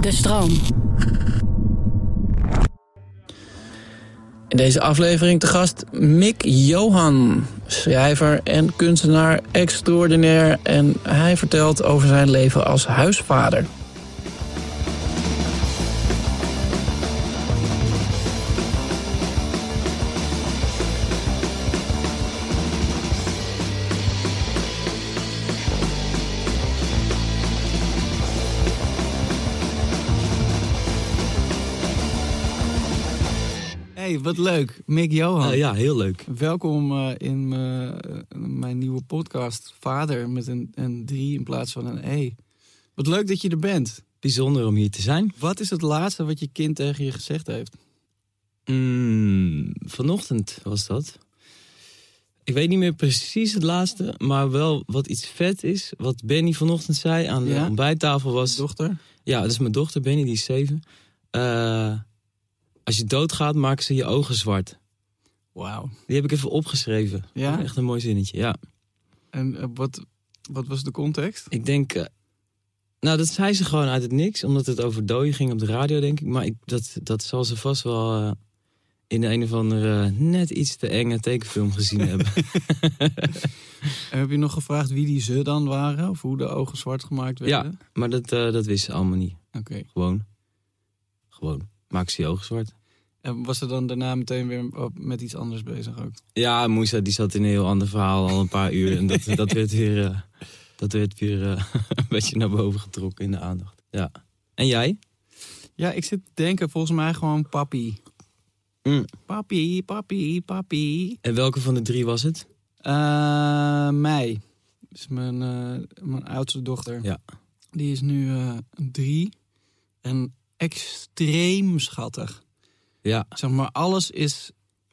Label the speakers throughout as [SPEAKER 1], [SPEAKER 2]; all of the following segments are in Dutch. [SPEAKER 1] de stroom.
[SPEAKER 2] In deze aflevering te gast Mick Johan, schrijver en kunstenaar extraordinair. En hij vertelt over zijn leven als huisvader.
[SPEAKER 3] Hey, wat leuk. Mick Johan.
[SPEAKER 4] Ah, ja, heel leuk.
[SPEAKER 3] Welkom eh, in mijn- eh, mijn nieuwe podcast Vader met een, een drie in plaats van een E. Wat leuk dat je er bent.
[SPEAKER 4] Bijzonder om hier te zijn.
[SPEAKER 3] Wat is het laatste wat je kind tegen je gezegd heeft?
[SPEAKER 4] Mm, vanochtend was dat. Ik weet niet meer precies het laatste, maar wel wat iets vet is. Wat Benny vanochtend zei aan de
[SPEAKER 3] Ja?
[SPEAKER 4] ontbijttafel was...
[SPEAKER 3] Dochter?
[SPEAKER 4] Ja, dat is mijn dochter Benny, die is zeven. Eh, als je doodgaat, maken ze je ogen zwart.
[SPEAKER 3] Wauw.
[SPEAKER 4] Die heb ik even opgeschreven.
[SPEAKER 3] Oh, Ja?
[SPEAKER 4] Echt een mooi zinnetje, ja.
[SPEAKER 3] En eh, wat, wat was de context?
[SPEAKER 4] Ik denk... eh, nou, dat zei ze gewoon uit het niks. Omdat het over doden ging op de radio, denk ik. Maar ik, dat, dat zal ze vast wel eh, in een of andere eh, net iets te enge tekenfilm gezien hebben.
[SPEAKER 3] En heb je nog gevraagd wie die ze dan waren? Of hoe de ogen zwart gemaakt werden?
[SPEAKER 4] Maar dat, eh, dat wist ze allemaal niet.
[SPEAKER 3] Oké.
[SPEAKER 4] Gewoon. Gewoon. Maak ze je ogen zwart.
[SPEAKER 3] En was ze dan daarna meteen weer op- met iets anders bezig ook?
[SPEAKER 4] Ja, Moesa die zat in een heel ander verhaal al een paar uur. En dat, dat werd weer, eh, dat werd weer eh, een beetje naar boven getrokken in de aandacht. Ja. En jij?
[SPEAKER 3] Ja, ik zit te denken volgens mij gewoon papi.
[SPEAKER 4] Mm.
[SPEAKER 3] Papi, papi, papi.
[SPEAKER 4] En welke van de drie was het?
[SPEAKER 3] Eh mei. is mijn, eh, mijn oudste dochter.
[SPEAKER 4] Ja.
[SPEAKER 3] Die is nu eh, drie. En extreem schattig.
[SPEAKER 4] Ja.
[SPEAKER 3] Zeg maar, alles is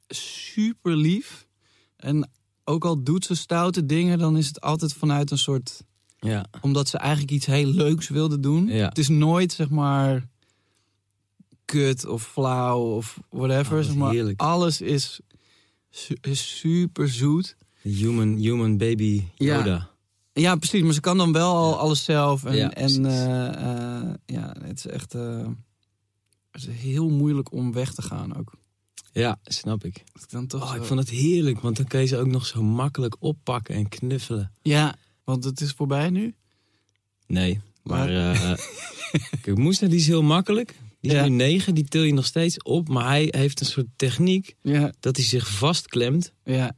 [SPEAKER 3] super lief. En ook al doet ze stoute dingen, dan is het altijd vanuit een soort.
[SPEAKER 4] Ja.
[SPEAKER 3] omdat ze eigenlijk iets heel leuks wilde doen.
[SPEAKER 4] Ja.
[SPEAKER 3] Het is nooit, zeg maar. kut of flauw of
[SPEAKER 4] Oh,
[SPEAKER 3] whatever.
[SPEAKER 4] wat
[SPEAKER 3] zeg maar,
[SPEAKER 4] heerlijk.
[SPEAKER 3] alles is, su- is super zoet.
[SPEAKER 4] Human, human baby
[SPEAKER 3] Ja.
[SPEAKER 4] Yoda.
[SPEAKER 3] Ja, precies. Maar ze kan dan wel al alles zelf. En,
[SPEAKER 4] Ja,
[SPEAKER 3] en
[SPEAKER 4] precies.
[SPEAKER 3] eh, eh, ja, het is echt eh, het is heel moeilijk om weg te gaan ook.
[SPEAKER 4] Ja, snap ik.
[SPEAKER 3] Dat ik Dan toch
[SPEAKER 4] Oh,
[SPEAKER 3] zo-
[SPEAKER 4] ik vond het heerlijk, want dan kun je ze ook nog zo makkelijk oppakken en knuffelen.
[SPEAKER 3] Ja, want het is voorbij nu.
[SPEAKER 4] Nee, maar
[SPEAKER 3] Maar-
[SPEAKER 4] eh, kijk, Moesna die is heel makkelijk. Die is
[SPEAKER 3] Ja.
[SPEAKER 4] nu negen, die til je nog steeds op. Maar hij heeft een soort techniek
[SPEAKER 3] Ja,
[SPEAKER 4] dat hij zich vastklemt.
[SPEAKER 3] ja.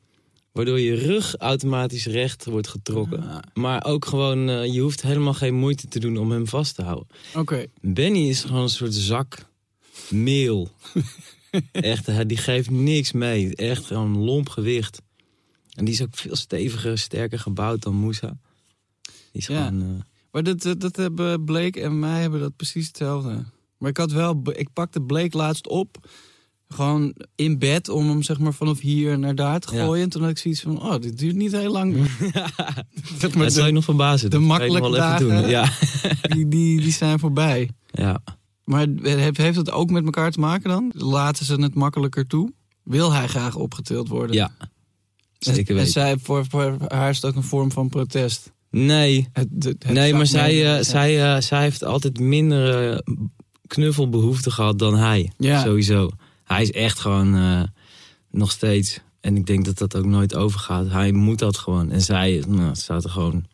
[SPEAKER 4] Waardoor je rug automatisch recht wordt getrokken.
[SPEAKER 3] Ah,
[SPEAKER 4] Maar ook gewoon, eh, je hoeft helemaal geen moeite te doen om hem vast te houden.
[SPEAKER 3] Oké.
[SPEAKER 4] Benny is gewoon een soort zak meel. Echt, hij- die geeft niks mee. Echt gewoon lomp gewicht. En die is ook veel steviger, sterker gebouwd dan Moussa. Die is
[SPEAKER 3] Ja.
[SPEAKER 4] gewoon... eh,
[SPEAKER 3] Maar dat, dat, dat hebben Blake en mij hebben dat precies hetzelfde. Maar ik had wel, ik pakte Blake laatst op. Gewoon in bed om hem zeg maar vanaf hier naar daar te
[SPEAKER 4] Ja.
[SPEAKER 3] gooien. En toen had ik zoiets van, oh, dit duurt niet heel lang. dat maar
[SPEAKER 4] dat zou je nog verbazen.
[SPEAKER 3] de
[SPEAKER 4] Dat kan je nog
[SPEAKER 3] makkelijke
[SPEAKER 4] wel even doen. Ja.
[SPEAKER 3] die, die, die zijn voorbij.
[SPEAKER 4] ja.
[SPEAKER 3] Maar heeft, heeft dat ook met elkaar te maken dan? Laten ze het makkelijker toe? Wil hij graag opgetild worden?
[SPEAKER 4] Ja, zeker
[SPEAKER 3] en, En
[SPEAKER 4] weten.
[SPEAKER 3] zij, voor, voor haar is het ook een vorm van protest.
[SPEAKER 4] Nee,
[SPEAKER 3] Het- het- het
[SPEAKER 4] nee
[SPEAKER 3] zak
[SPEAKER 4] maar zij,
[SPEAKER 3] mee.
[SPEAKER 4] eh,
[SPEAKER 3] Ja.
[SPEAKER 4] zij, eh, zij heeft altijd minder eh, knuffelbehoefte gehad dan hij.
[SPEAKER 3] Ja.
[SPEAKER 4] Sowieso. Hij is echt gewoon eh, nog steeds. En ik denk dat dat ook nooit overgaat. Hij moet dat gewoon. En zij nou, staat er gewoon een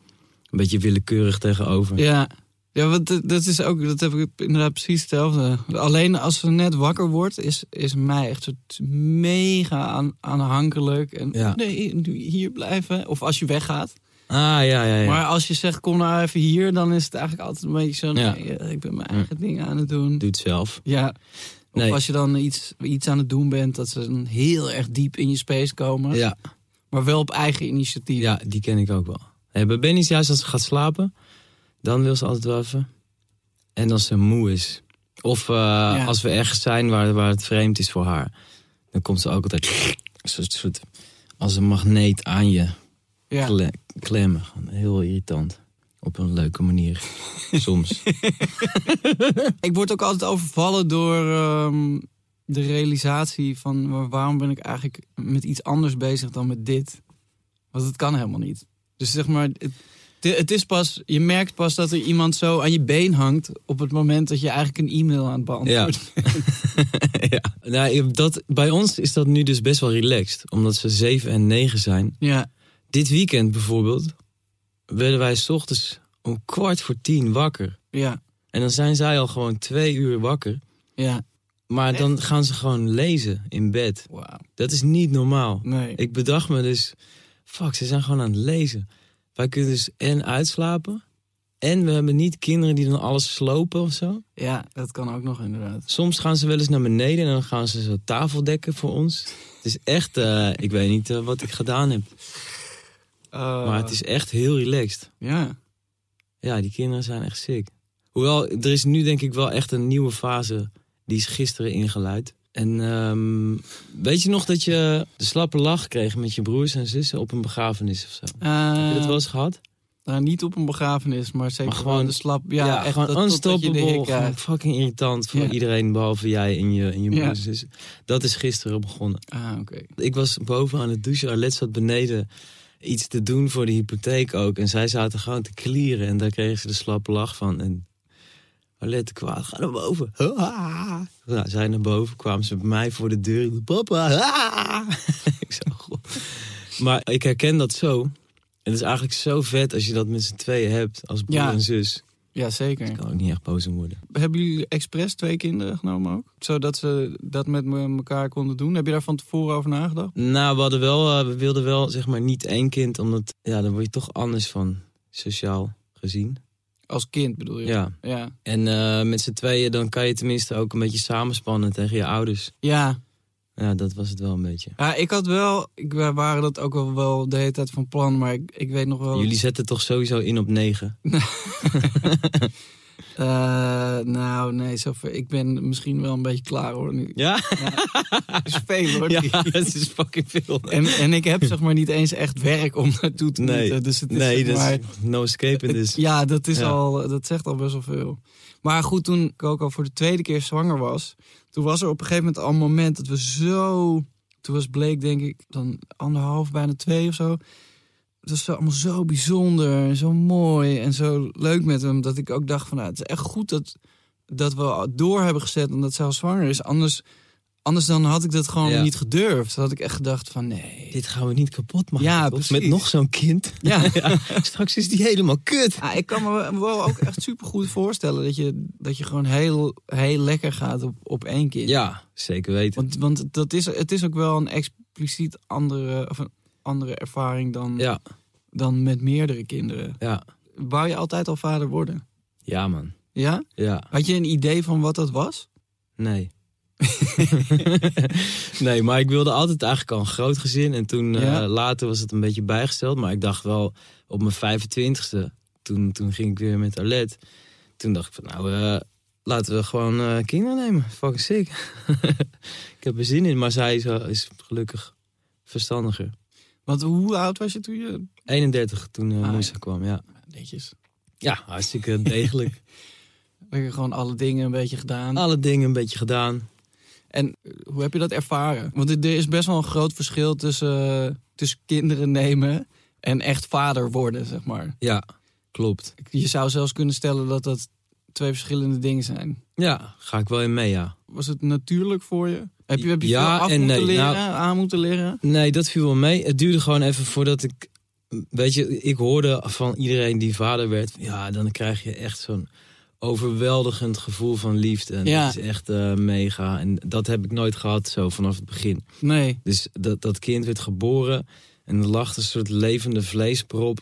[SPEAKER 4] beetje willekeurig tegenover.
[SPEAKER 3] Ja, ja want dat- dat is ook, dat heb ik inderdaad precies hetzelfde. Alleen als ze net wakker wordt, is, is mij echt soort mega aan, aanhankelijk. En
[SPEAKER 4] Ja.
[SPEAKER 3] nee, nu hier blijven. Of als je weggaat.
[SPEAKER 4] Ah, ja, ja, ja.
[SPEAKER 3] Maar als je zegt, kom nou even hier, dan is het eigenlijk altijd een beetje zo.
[SPEAKER 4] Ja.
[SPEAKER 3] nee, eh, ik ben mijn eigen dingen aan het doen.
[SPEAKER 4] Doet zelf.
[SPEAKER 3] Ja. Of
[SPEAKER 4] Nee.
[SPEAKER 3] als je dan iets, iets aan het doen bent, dat ze dan heel erg diep in je space komen.
[SPEAKER 4] Ja.
[SPEAKER 3] Maar wel op eigen initiatief.
[SPEAKER 4] ja, die ken ik ook wel. Hey, bij Benny is juist als ze gaat slapen, dan wil ze altijd wel even. En als ze moe is. Of eh, als we ergens zijn waar, waar het vreemd is voor haar. Dan komt ze ook altijd een soort, soort, als een magneet aan je
[SPEAKER 3] Ja.
[SPEAKER 4] kle- klemmen. Gewoon Heel irritant. Op een leuke manier. Soms.
[SPEAKER 3] Ik word ook altijd overvallen door ehm, de realisatie van wa- waarom ben ik eigenlijk met iets anders bezig dan met dit. Want het kan helemaal niet. Dus zeg maar, het, het Het, het is pas, je merkt pas dat er iemand zo aan je been hangt op het moment dat je eigenlijk een e-mail aan het beantwoorden bent.
[SPEAKER 4] ja. Nou, dat, bij ons is dat nu dus best wel relaxed, omdat ze 7 en 9 zijn.
[SPEAKER 3] Ja.
[SPEAKER 4] Dit weekend bijvoorbeeld werden wij 's ochtends om kwart voor tien wakker.
[SPEAKER 3] Ja,
[SPEAKER 4] En dan zijn zij al gewoon twee uur wakker.
[SPEAKER 3] ja.
[SPEAKER 4] Maar dan gaan ze gewoon lezen in bed.
[SPEAKER 3] Wauw.
[SPEAKER 4] Dat is niet normaal.
[SPEAKER 3] Nee.
[SPEAKER 4] Ik bedacht me dus, fuck, ze zijn gewoon aan het lezen. Wij kunnen dus en uitslapen. En we hebben niet kinderen die dan alles slopen of zo.
[SPEAKER 3] Ja, dat kan ook nog inderdaad.
[SPEAKER 4] Soms gaan ze wel eens naar beneden en dan gaan ze zo tafel dekken voor ons. Het is echt, eh, ik weet niet eh, wat ik gedaan heb. Maar het is echt heel relaxed.
[SPEAKER 3] Ja.
[SPEAKER 4] Ja, die kinderen zijn echt sick. Hoewel, er is nu denk ik wel echt een nieuwe fase. Die is gisteren ingeluid. En ehm, weet je nog dat je de slappe lach kreeg met je broers en zussen op een begrafenis of zo? Heb je dat wel eens gehad?
[SPEAKER 3] Nou, niet op een begrafenis, maar zeker
[SPEAKER 4] Maar gewoon-
[SPEAKER 3] gewoon de slap. Ja, echt
[SPEAKER 4] gewoon
[SPEAKER 3] dat, totdat je de
[SPEAKER 4] unstoppable.
[SPEAKER 3] hik
[SPEAKER 4] gewoon
[SPEAKER 3] krijgt.
[SPEAKER 4] fucking irritant voor
[SPEAKER 3] Ja.
[SPEAKER 4] iedereen behalve jij en je, en je
[SPEAKER 3] Ja.
[SPEAKER 4] broers en zussen. Dat is gisteren begonnen.
[SPEAKER 3] Ah, oké.
[SPEAKER 4] Ik was boven aan het douchen. Arlet zat beneden iets te doen voor de hypotheek ook. En zij zaten gewoon te klieren. En daar kregen ze de slappe lach van. En Arlet kwaad. Ga naar boven. Nou, zij naar boven kwamen ze bij mij voor de deur. Papa. ik zo, god. Maar ik herken dat zo. En het is eigenlijk zo vet als je dat met z'n tweeën hebt. Als broer
[SPEAKER 3] Ja.
[SPEAKER 4] en zus.
[SPEAKER 3] Ja, zeker.
[SPEAKER 4] Ik kan ook niet echt boos om worden.
[SPEAKER 3] Hebben jullie expres twee kinderen genomen ook? Zodat ze dat met me- elkaar konden doen? Heb je daar van tevoren over nagedacht?
[SPEAKER 4] Nou, we, hadden wel, eh, we wilden wel zeg maar niet één kind. Omdat ja, daar word je toch anders van. Sociaal gezien.
[SPEAKER 3] Als kind bedoel je?
[SPEAKER 4] Ja.
[SPEAKER 3] Ja.
[SPEAKER 4] En eh, met z'n tweeën, dan kan je tenminste ook een beetje samenspannen tegen je ouders.
[SPEAKER 3] Ja.
[SPEAKER 4] Ja, dat was het wel een beetje.
[SPEAKER 3] Ja, ik had wel... Ik, wij waren dat ook al wel de hele tijd van plan, maar ik, ik weet nog wel...
[SPEAKER 4] Jullie zetten toch sowieso in op negen?
[SPEAKER 3] Eh, nou, nee, zover. Ik ben misschien wel een beetje klaar hoor nu.
[SPEAKER 4] Ja?
[SPEAKER 3] Het is veel hoor.
[SPEAKER 4] Ja, het is fucking veel.
[SPEAKER 3] En, en ik heb zeg maar niet eens echt werk om naartoe te
[SPEAKER 4] Nee,
[SPEAKER 3] moeten. Dus het is
[SPEAKER 4] nee,
[SPEAKER 3] zeg
[SPEAKER 4] dat
[SPEAKER 3] maar...
[SPEAKER 4] is no escape in
[SPEAKER 3] Het-
[SPEAKER 4] this.
[SPEAKER 3] Ja, dat, is
[SPEAKER 4] Ja.
[SPEAKER 3] Al, dat zegt al best wel veel. Maar goed, toen ik ook al voor de tweede keer zwanger was... toen was er op een gegeven moment al een moment dat we zo... Toen was Blake denk ik dan anderhalf, bijna twee of zo. Het was zo- allemaal zo bijzonder en zo mooi en zo leuk met hem... dat ik ook dacht van, nou, het is echt goed dat, dat we al door hebben gezet... omdat zij al zwanger is. Anders, anders dan had ik dat gewoon
[SPEAKER 4] Ja.
[SPEAKER 3] niet gedurfd. Dan had ik echt gedacht van, nee...
[SPEAKER 4] Dit gaan we niet kapot maken.
[SPEAKER 3] Ja,
[SPEAKER 4] toch?
[SPEAKER 3] precies.
[SPEAKER 4] Met nog zo'n kind.
[SPEAKER 3] Ja.
[SPEAKER 4] Ja, straks is die helemaal kut.
[SPEAKER 3] Ja, ik kan me wel ook echt supergoed voorstellen dat je, dat je gewoon heel, heel lekker gaat op, op één kind.
[SPEAKER 4] Ja, zeker weten.
[SPEAKER 3] Want, want dat is, het is ook wel een expliciet andere, of een andere ervaring dan,
[SPEAKER 4] Ja,
[SPEAKER 3] dan met meerdere kinderen.
[SPEAKER 4] ja.
[SPEAKER 3] Wou je altijd al vader worden?
[SPEAKER 4] Ja, man.
[SPEAKER 3] Ja?
[SPEAKER 4] Ja,
[SPEAKER 3] Had je een idee van wat dat was?
[SPEAKER 4] nee. nee, maar ik wilde altijd eigenlijk al een groot gezin. En toen eh,
[SPEAKER 3] Ja.
[SPEAKER 4] later was het een beetje bijgesteld. Maar ik dacht wel, op mijn 25ste, toen, toen ging ik weer met Arlet. Toen dacht ik van, nou, eh, laten we gewoon eh, kinderen nemen. Fucking sick. ik heb er zin in, maar zij is, eh, is gelukkig verstandiger.
[SPEAKER 3] Want hoe oud was je toen je...
[SPEAKER 4] 31 toen eh
[SPEAKER 3] Ah, ja.
[SPEAKER 4] Moesa kwam, ja.
[SPEAKER 3] Netjes.
[SPEAKER 4] Ja, hartstikke degelijk.
[SPEAKER 3] Lekker gewoon alle dingen een beetje gedaan.
[SPEAKER 4] Alle dingen een beetje gedaan.
[SPEAKER 3] En hoe heb je dat ervaren? Want er er is best wel een groot verschil tussen, eh, tussen kinderen nemen en echt vader worden, zeg maar.
[SPEAKER 4] Ja, klopt.
[SPEAKER 3] Je zou zelfs kunnen stellen dat dat twee verschillende dingen zijn.
[SPEAKER 4] Ja, ga ik wel in mee, ja.
[SPEAKER 3] Was het natuurlijk voor je? Heb je, heb je
[SPEAKER 4] Ja
[SPEAKER 3] veel af
[SPEAKER 4] en
[SPEAKER 3] moeten
[SPEAKER 4] nee.
[SPEAKER 3] leren,
[SPEAKER 4] Nou-
[SPEAKER 3] aan moeten leren?
[SPEAKER 4] Nee, dat viel wel mee. Het duurde gewoon even voordat ik. Weet je, ik hoorde van iedereen die vader werd. van, Ja, dan krijg je echt zo'n overweldigend gevoel van liefde. En
[SPEAKER 3] Ja.
[SPEAKER 4] dat is echt eh, mega. En dat heb ik nooit gehad zo vanaf het begin.
[SPEAKER 3] Nee.
[SPEAKER 4] Dus dat, dat kind werd geboren. En er lag een soort levende vleesprop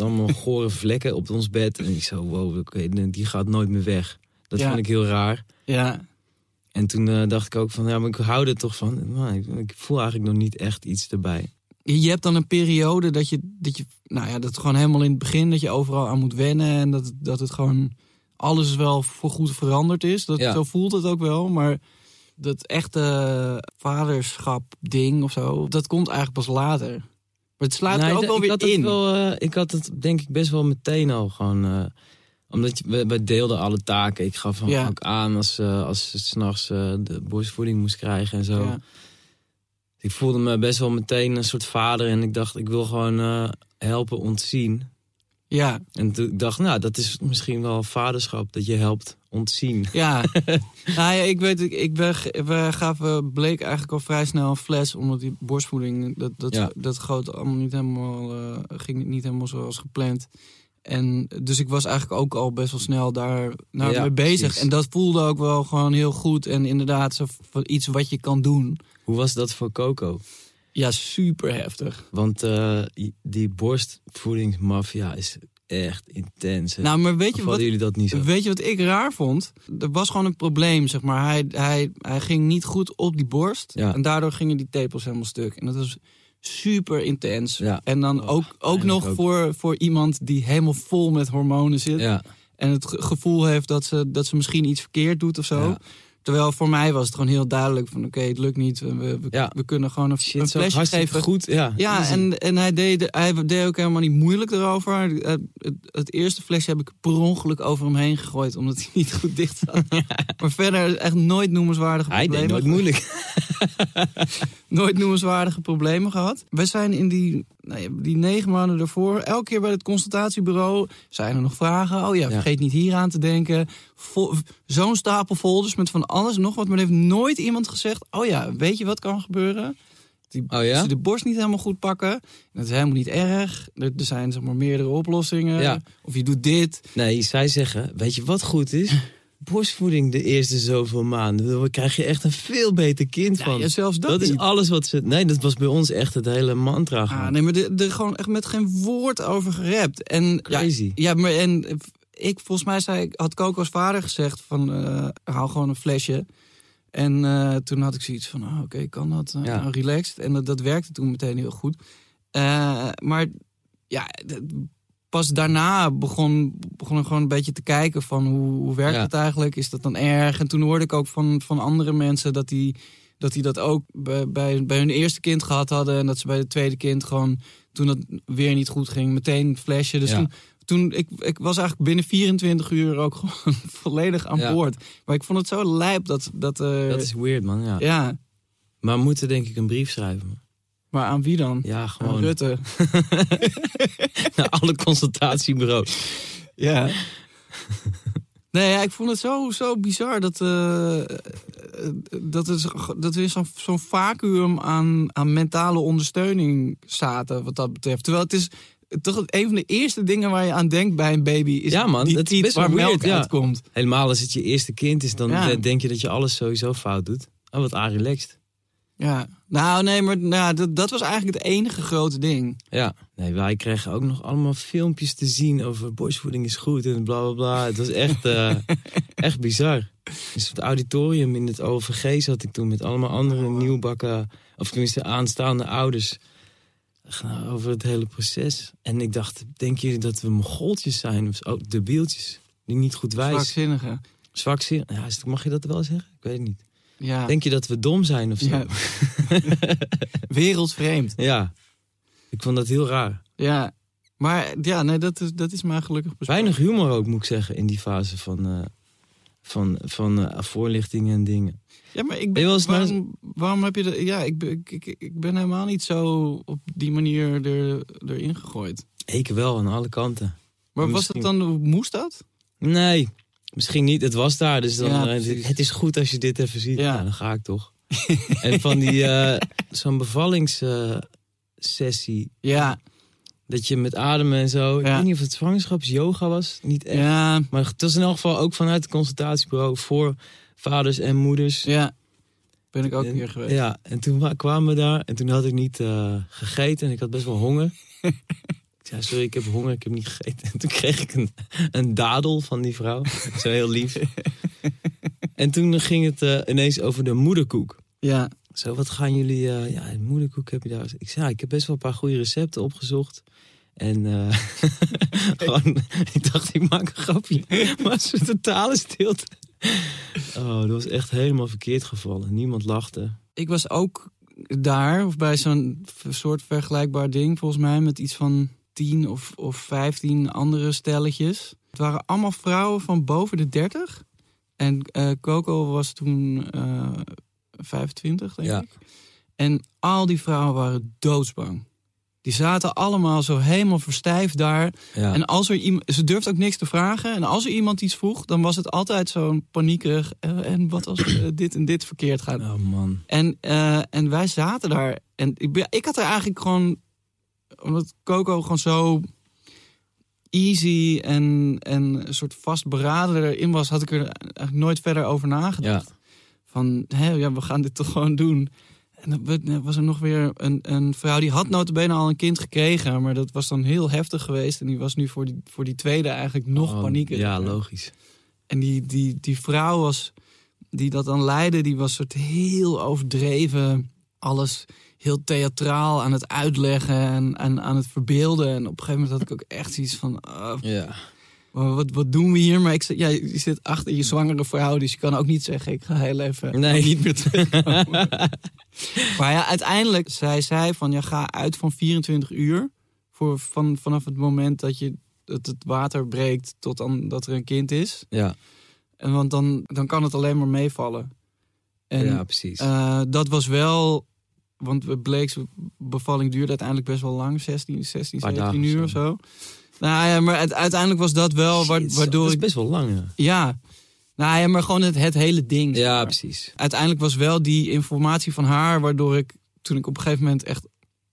[SPEAKER 4] allemaal gore vlekken op ons bed. En ik zo, wow, oké, die gaat nooit meer weg. Dat
[SPEAKER 3] Ja.
[SPEAKER 4] vond ik heel raar.
[SPEAKER 3] Ja.
[SPEAKER 4] En toen eh, dacht ik ook van, ja, maar ik hou er toch van. Maar ik, ik voel eigenlijk nog niet echt iets erbij.
[SPEAKER 3] Je hebt dan een periode dat je, dat je, nou ja, dat gewoon helemaal in het begin, dat je overal aan moet wennen en dat, dat het gewoon alles wel voorgoed veranderd is. Dat,
[SPEAKER 4] Ja.
[SPEAKER 3] Zo voelt het ook wel, maar dat echte vaderschap-ding of zo, dat komt eigenlijk pas later. Maar het slaat
[SPEAKER 4] Nee,
[SPEAKER 3] er ook
[SPEAKER 4] d-
[SPEAKER 3] wel
[SPEAKER 4] Nou, ik
[SPEAKER 3] weer
[SPEAKER 4] had het
[SPEAKER 3] in.
[SPEAKER 4] wel, eh, ik had het denk ik best wel meteen al gewoon... eh, omdat je, we, we deelden alle taken. Ik gaf hem
[SPEAKER 3] Ja.
[SPEAKER 4] ook aan als, eh, als ze s'nachts eh de borstvoeding moest krijgen en zo. Dus
[SPEAKER 3] Ja.
[SPEAKER 4] Ik voelde me best wel meteen een soort vader. En ik dacht, ik wil gewoon eh, helpen ontzien.
[SPEAKER 3] Ja,
[SPEAKER 4] En toen ik dacht nou, dat is misschien wel vaderschap dat je helpt ontzien.
[SPEAKER 3] ja. nou ja, ik weet, ik, ik ben, ge- we gaven Blake eigenlijk al vrij snel een fles, omdat die borstvoeding, dat, dat,
[SPEAKER 4] Ja.
[SPEAKER 3] dat goot allemaal niet helemaal, eh, ging niet helemaal zoals gepland. En dus ik was eigenlijk ook al best wel snel daar naar
[SPEAKER 4] Ja,
[SPEAKER 3] mee bezig.
[SPEAKER 4] precies.
[SPEAKER 3] En dat voelde ook wel gewoon heel goed. En inderdaad, zo van iets wat je kan doen.
[SPEAKER 4] Hoe was dat voor Coco?
[SPEAKER 3] Ja, super heftig.
[SPEAKER 4] Want eh, die borstvoedingsmafia is echt intens. hè?
[SPEAKER 3] Nou, maar weet
[SPEAKER 4] Of
[SPEAKER 3] je
[SPEAKER 4] hadden
[SPEAKER 3] wat?
[SPEAKER 4] jullie dat niet zo?
[SPEAKER 3] Weet je wat ik raar vond? Er was gewoon een probleem, zeg maar. Hij, hij, hij ging niet goed op die borst.
[SPEAKER 4] Ja.
[SPEAKER 3] En daardoor gingen die tepels helemaal stuk. En dat was super intens.
[SPEAKER 4] Ja.
[SPEAKER 3] En dan
[SPEAKER 4] Oh,
[SPEAKER 3] ook, ook
[SPEAKER 4] eindelijk
[SPEAKER 3] nog
[SPEAKER 4] ook.
[SPEAKER 3] Voor, voor iemand die helemaal vol met hormonen zit.
[SPEAKER 4] Ja,
[SPEAKER 3] En het ge- gevoel heeft dat ze, dat ze misschien iets verkeerd doet of zo.
[SPEAKER 4] Ja.
[SPEAKER 3] Terwijl voor mij was het gewoon heel duidelijk van... oké, het lukt niet. We, we,
[SPEAKER 4] Ja.
[SPEAKER 3] we kunnen gewoon een,
[SPEAKER 4] shit,
[SPEAKER 3] een
[SPEAKER 4] zo
[SPEAKER 3] flesje
[SPEAKER 4] hartstikke
[SPEAKER 3] geven.
[SPEAKER 4] goed. Ja,
[SPEAKER 3] Ja,
[SPEAKER 4] easy.
[SPEAKER 3] en, en hij, deed, hij deed ook helemaal niet moeilijk erover. Het, het, het eerste flesje heb ik per ongeluk over hem heen gegooid, omdat hij niet goed dicht zat. Maar verder echt nooit noemenswaardige
[SPEAKER 4] Hij
[SPEAKER 3] problemen.
[SPEAKER 4] deed nooit moeilijk.
[SPEAKER 3] nooit noemenswaardige problemen gehad. We zijn in die, nou ja, die negen maanden daarvoor, elke keer bij het consultatiebureau, zijn er nog vragen. Oh ja,
[SPEAKER 4] Ja.
[SPEAKER 3] vergeet niet hier aan te denken. Vol- Zo'n stapel folders met van alles en nog wat, maar er heeft nooit iemand gezegd, oh ja, weet je wat kan gebeuren? Die,
[SPEAKER 4] Oh ja?
[SPEAKER 3] Ze de borst niet helemaal goed pakken. Dat is helemaal niet erg. Er, er zijn zeg maar meerdere oplossingen.
[SPEAKER 4] Ja.
[SPEAKER 3] Of je doet dit.
[SPEAKER 4] Nee, zij zeggen, weet je wat goed is? Borstvoeding de eerste zoveel maanden. Dan krijg je echt een veel beter kind
[SPEAKER 3] Ja,
[SPEAKER 4] van.
[SPEAKER 3] ja, zelfs dat,
[SPEAKER 4] dat is
[SPEAKER 3] niet.
[SPEAKER 4] alles wat ze... Nee, dat was bij ons echt het hele mantra.
[SPEAKER 3] Ah,
[SPEAKER 4] gewoon.
[SPEAKER 3] nee, maar er er gewoon echt met geen woord over gerept. En ja,
[SPEAKER 4] Crazy.
[SPEAKER 3] Ja, maar en ik, volgens mij zei, ik- had Coco's vader gezegd van, eh hou gewoon een flesje. En eh, toen had ik zoiets van, oh, oké, kan dat? eh,
[SPEAKER 4] Ja.
[SPEAKER 3] nou, relaxed. En dat, dat werkte toen meteen heel goed. Eh, maar ja, d- pas daarna begon, begon ik gewoon een beetje te kijken van, hoe, hoe werkt
[SPEAKER 4] Ja.
[SPEAKER 3] het eigenlijk? Is dat dan erg? En toen hoorde ik ook van, van andere mensen dat die dat, die dat ook bij, bij, bij hun eerste kind gehad hadden. En dat ze bij het tweede kind gewoon, toen dat weer niet goed ging, meteen een flesje. Dus
[SPEAKER 4] Ja.
[SPEAKER 3] toen toen ik, ik was eigenlijk binnen 24 uur ook gewoon volledig aan
[SPEAKER 4] Ja.
[SPEAKER 3] boord. Maar ik vond het zo lijp dat. dat, eh,
[SPEAKER 4] Dat is weird, man. Ja.
[SPEAKER 3] Ja,
[SPEAKER 4] Maar we moeten denk ik een brief schrijven. man.
[SPEAKER 3] maar aan wie dan?
[SPEAKER 4] Ja,
[SPEAKER 3] Aan
[SPEAKER 4] gewoon
[SPEAKER 3] Rutte.
[SPEAKER 4] naar alle consultatiebureaus.
[SPEAKER 3] Ja. nee, ja, ik vond het zo, zo bizar dat. eh, eh, dat, het, zo- dat we in zo'n zo'n vacuüm aan, aan mentale ondersteuning zaten, wat dat betreft. Terwijl het is. Toch een van de eerste dingen waar je aan denkt bij een baby is
[SPEAKER 4] Ja, man,
[SPEAKER 3] die
[SPEAKER 4] dat is
[SPEAKER 3] tiet
[SPEAKER 4] best wel
[SPEAKER 3] waar melk
[SPEAKER 4] weird, ja.
[SPEAKER 3] uitkomt.
[SPEAKER 4] Helemaal als het je eerste kind is, dan
[SPEAKER 3] Ja.
[SPEAKER 4] eh, denk je dat je alles sowieso fout doet. Oh, wat aanrelaxed.
[SPEAKER 3] Ja, nou nee, maar nou, dat, dat was eigenlijk het enige grote ding.
[SPEAKER 4] Ja. Nee, wij kregen ook nog allemaal filmpjes te zien over borstvoeding is goed en bla bla bla. Het was echt, eh, echt bizar. Dus op het auditorium in het OVG zat ik toen met allemaal andere
[SPEAKER 3] Oh.
[SPEAKER 4] nieuwbakken, of tenminste aanstaande ouders. eh, Over het hele proces. En ik dacht, denken jullie dat we mogoltjes zijn? Of oh, debieltjes, die niet goed wijs.
[SPEAKER 3] Zwakzinnige.
[SPEAKER 4] Zwakzinnig. Ja, is- mag je dat wel zeggen? Ik weet het niet.
[SPEAKER 3] Ja.
[SPEAKER 4] Denk je dat we dom zijn of zo?
[SPEAKER 3] Ja.
[SPEAKER 4] Ja.
[SPEAKER 3] Wereldvreemd.
[SPEAKER 4] Ik vond dat heel raar.
[SPEAKER 3] Ja. Maar ja, nee, dat is, dat is maar gelukkig besproken.
[SPEAKER 4] Weinig humor ook, moet ik zeggen, in die fase van, eh, van, van eh, voorlichting en dingen.
[SPEAKER 3] Ja, maar ik
[SPEAKER 4] Ben
[SPEAKER 3] ben,
[SPEAKER 4] je wel eens naar-
[SPEAKER 3] waarom, waarom heb je dat... Ja, ik, ben- ik, ik, ik ben helemaal niet zo op die manier er, erin gegooid.
[SPEAKER 4] Ik wel, aan alle kanten.
[SPEAKER 3] Maar was dat
[SPEAKER 4] Misschien-
[SPEAKER 3] dan... Moest dat?
[SPEAKER 4] Nee, misschien niet. Het was daar, dus dan,
[SPEAKER 3] Ja,
[SPEAKER 4] eh,
[SPEAKER 3] precies.
[SPEAKER 4] het is goed als je dit even ziet.
[SPEAKER 3] Ja.
[SPEAKER 4] Ja, dan ga ik toch. en van die, eh, zo'n bevallingssessie, eh,
[SPEAKER 3] Ja.
[SPEAKER 4] dat je met ademen en zo. Ik
[SPEAKER 3] Ja.
[SPEAKER 4] weet niet of het zwangerschapsyoga was, niet echt.
[SPEAKER 3] Ja.
[SPEAKER 4] Maar het was in elk geval ook vanuit het consultatiebureau voor vaders en moeders.
[SPEAKER 3] Ja. Ben ik ook
[SPEAKER 4] En-
[SPEAKER 3] hier geweest.
[SPEAKER 4] Ja, en toen wa- kwamen we daar en toen had ik niet eh, gegeten en ik had best wel honger. ik zei, sorry, ik heb honger, ik heb niet gegeten. En toen kreeg ik een, een dadel van die vrouw. Zo heel lief. en toen ging het eh, ineens over de moederkoek.
[SPEAKER 3] Ja.
[SPEAKER 4] Zo, wat gaan jullie... eh, ja, een moederkoek heb je daar. Ik zei, ja, ik heb best wel een paar goede recepten opgezocht. En eh, gewoon, ik dacht, ik maak een grapje. Maar ze totale stilte. Oh, dat was echt helemaal verkeerd gevallen. Niemand lachte.
[SPEAKER 3] ik was ook daar, of bij zo'n v- soort vergelijkbaar ding, volgens mij, met iets van 10 of, of 15 andere stelletjes. Het waren allemaal vrouwen van boven de 30. En eh, Coco was toen eh 25, denk
[SPEAKER 4] Ja.
[SPEAKER 3] ik. En al die vrouwen waren doodsbang. Die zaten allemaal zo helemaal verstijfd daar.
[SPEAKER 4] Ja.
[SPEAKER 3] En als er iemand, ze durft ook niks te vragen. En als er iemand iets vroeg, dan was het altijd zo'n paniekerig. eh, en wat als eh, dit en dit verkeerd gaat?
[SPEAKER 4] Oh man.
[SPEAKER 3] En, eh, en wij zaten daar. En ik, ben- ik had er eigenlijk gewoon. Omdat Coco gewoon zo easy en, en een soort vastberaden erin was, had ik er eigenlijk nooit verder over nagedacht. Van hé, ja, we gaan dit toch gewoon doen. En dan werd- was er nog weer een, een vrouw die had notabene al een kind gekregen, maar dat was dan heel heftig geweest. En die was nu voor die, voor die tweede eigenlijk nog
[SPEAKER 4] Oh,
[SPEAKER 3] panieker.
[SPEAKER 4] Ja, logisch.
[SPEAKER 3] En die, die, die vrouw was, die dat dan leidde, die was soort heel overdreven. Alles heel theatraal aan het uitleggen en, en aan het verbeelden. En op een gegeven moment had ik ook echt zoiets van... ah,
[SPEAKER 4] Ja.
[SPEAKER 3] wat, wat doen we hier? Maar ik, zei, ja, je zit achter je zwangere vrouw, dus je kan ook niet zeggen... ik ga heel even
[SPEAKER 4] Nee.
[SPEAKER 3] niet meer terugkomen. maar ja, uiteindelijk zei zij van... ja, ga uit van 24 uur. Voor, van, vanaf het moment dat, je, dat het water breekt tot aan dat er een kind is.
[SPEAKER 4] Ja,
[SPEAKER 3] En want dan, dan kan het alleen maar meevallen. En
[SPEAKER 4] ja precies.
[SPEAKER 3] eh, dat was wel. Want we Blake's bevalling duurde uiteindelijk best wel lang, 16, 16
[SPEAKER 4] Paar
[SPEAKER 3] 17
[SPEAKER 4] dagen
[SPEAKER 3] uur
[SPEAKER 4] of
[SPEAKER 3] of zo. Nou ja, maar het- uiteindelijk was dat wel wa-
[SPEAKER 4] Shit,
[SPEAKER 3] waardoor
[SPEAKER 4] Dat is
[SPEAKER 3] ik.
[SPEAKER 4] best wel lang, ja.
[SPEAKER 3] Ja, nou ja, maar gewoon het, het hele ding. zeg
[SPEAKER 4] Ja,
[SPEAKER 3] maar.
[SPEAKER 4] precies.
[SPEAKER 3] Uiteindelijk was wel die informatie van haar, waardoor ik toen ik op een gegeven moment echt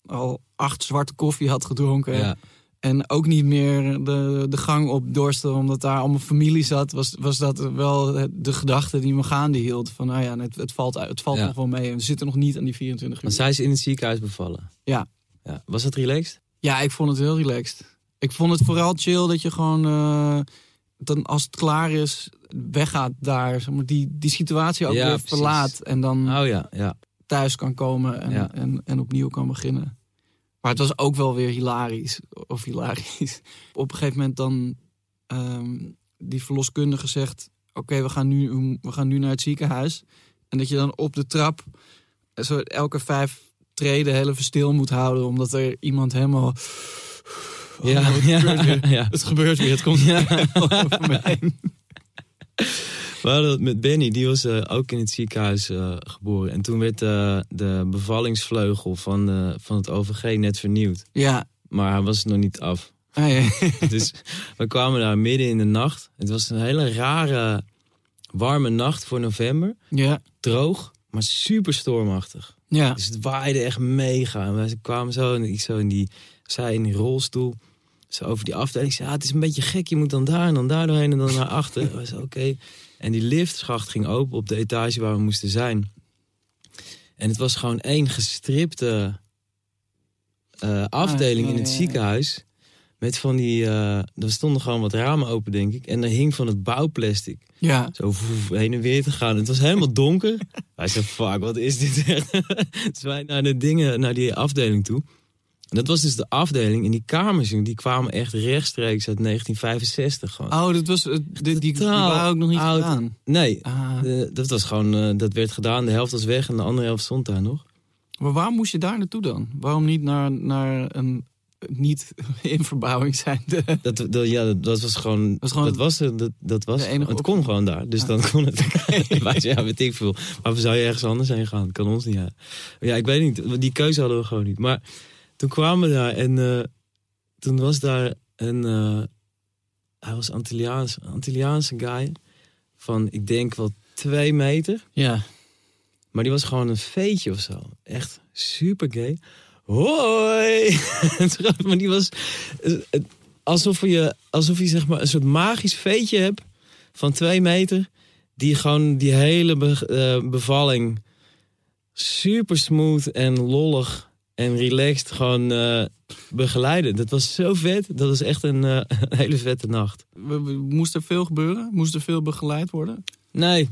[SPEAKER 3] al acht zwarte koffie had gedronken.
[SPEAKER 4] Ja.
[SPEAKER 3] En ook niet meer de, de gang op dorsten, omdat daar allemaal familie zat. Was, was dat wel het- de gedachte die me gaande hield. Van nou ja, het, het valt, uit- het valt
[SPEAKER 4] Ja.
[SPEAKER 3] nog wel mee. en We zitten nog niet aan die 24 uur.
[SPEAKER 4] Want zij is in het ziekenhuis bevallen.
[SPEAKER 3] Ja.
[SPEAKER 4] ja. Was dat relaxed?
[SPEAKER 3] Ja, ik vond het heel relaxed. Ik vond het vooral chill dat je gewoon... eh, dan als het klaar is, weggaat daar. Zeg maar, die, die situatie ook
[SPEAKER 4] Ja,
[SPEAKER 3] weer
[SPEAKER 4] precies.
[SPEAKER 3] verlaat. En dan
[SPEAKER 4] Oh ja, ja.
[SPEAKER 3] thuis kan komen en,
[SPEAKER 4] Ja.
[SPEAKER 3] en, en opnieuw kan beginnen. Maar het was ook wel weer hilarisch. Of hilarisch. Op een gegeven moment dan ehm, die verloskundige zegt... oké, we gaan we, we gaan nu naar het ziekenhuis. En dat je dan op de trap eh, zo elke vijf treden heel even stil moet houden... omdat er iemand helemaal... Oh,
[SPEAKER 4] Ja,
[SPEAKER 3] het gebeurt
[SPEAKER 4] ja,
[SPEAKER 3] weer.
[SPEAKER 4] ja.
[SPEAKER 3] Het gebeurt weer, het komt over me heen.
[SPEAKER 4] We hadden het met Benny, die was eh, ook in het ziekenhuis eh, geboren. En toen werd eh, de bevallingsvleugel van, eh, van het OVG net vernieuwd.
[SPEAKER 3] Ja,
[SPEAKER 4] Maar hij was nog niet af.
[SPEAKER 3] Ah, ja.
[SPEAKER 4] Dus we kwamen daar midden in de nacht. Het was een hele rare, warme nacht voor november.
[SPEAKER 3] ja,
[SPEAKER 4] Droog, maar super stormachtig.
[SPEAKER 3] ja.
[SPEAKER 4] Dus het waaide echt mega. En wij kwamen zo en ik zo in die, zij in die rolstoel. Zo over die afdeling. Ik zei, ah, het is een beetje gek. Je moet dan daar en dan daar doorheen en dan naar achter. Ik zei, oké. En die liftschacht ging open op de etage waar we moesten zijn. En het was gewoon één gestripte eh, afdeling
[SPEAKER 3] ja,
[SPEAKER 4] in het
[SPEAKER 3] Ah, ja, ja.
[SPEAKER 4] ziekenhuis. Met van die, eh, er stonden gewoon wat ramen open, denk ik. En er hing van het bouwplastic
[SPEAKER 3] ja.
[SPEAKER 4] zo voef, heen en weer te gaan. Het was helemaal donker. Hij zei, fuck, wat is dit echt? dus wij naar de dingen, naar die afdeling toe. En dat was dus de afdeling. En die kamers, jongen, die kwamen echt rechtstreeks uit 1965 gewoon.
[SPEAKER 3] Oh, dat was, eh, die, die, die
[SPEAKER 4] Totaal
[SPEAKER 3] waren ook nog niet
[SPEAKER 4] oud.
[SPEAKER 3] gedaan.
[SPEAKER 4] Nee,
[SPEAKER 3] Ah.
[SPEAKER 4] eh, dat was gewoon, eh, dat werd gedaan. De helft was weg en de andere helft stond daar nog.
[SPEAKER 3] Maar waarom moest je daar naartoe dan? Waarom niet naar, naar een niet in verbouwing zijnde?
[SPEAKER 4] Dat, dat, ja, dat, dat was gewoon,
[SPEAKER 3] was gewoon
[SPEAKER 4] dat was, er, dat, dat was
[SPEAKER 3] de enige
[SPEAKER 4] het
[SPEAKER 3] optie.
[SPEAKER 4] kon gewoon daar. Dus
[SPEAKER 3] Ah.
[SPEAKER 4] dan kon het. wij zeiden, ja, weet ik veel. Waarvoor zou je ergens anders heen gaan? Kan ons niet uit. Ja, ik weet niet. Die keuze hadden we gewoon niet. Maar toen kwamen we daar en eh, toen was daar een... eh, hij was Antilliaans, Antilliaanse guy van, ik denk wel twee meter.
[SPEAKER 3] Ja.
[SPEAKER 4] Maar die was gewoon een veetje of zo. Echt super gay. Hoi! maar die was eh, eh, alsof je, alsof je zeg maar een soort magisch veetje hebt van twee meter. Die gewoon die hele be- eh, bevalling super smooth en lollig en relaxed gewoon eh begeleiden. Dat was zo vet. Dat was echt een, eh, een hele vette nacht.
[SPEAKER 3] We, we- moest er veel gebeuren? Moest er veel begeleid worden?
[SPEAKER 4] Nee.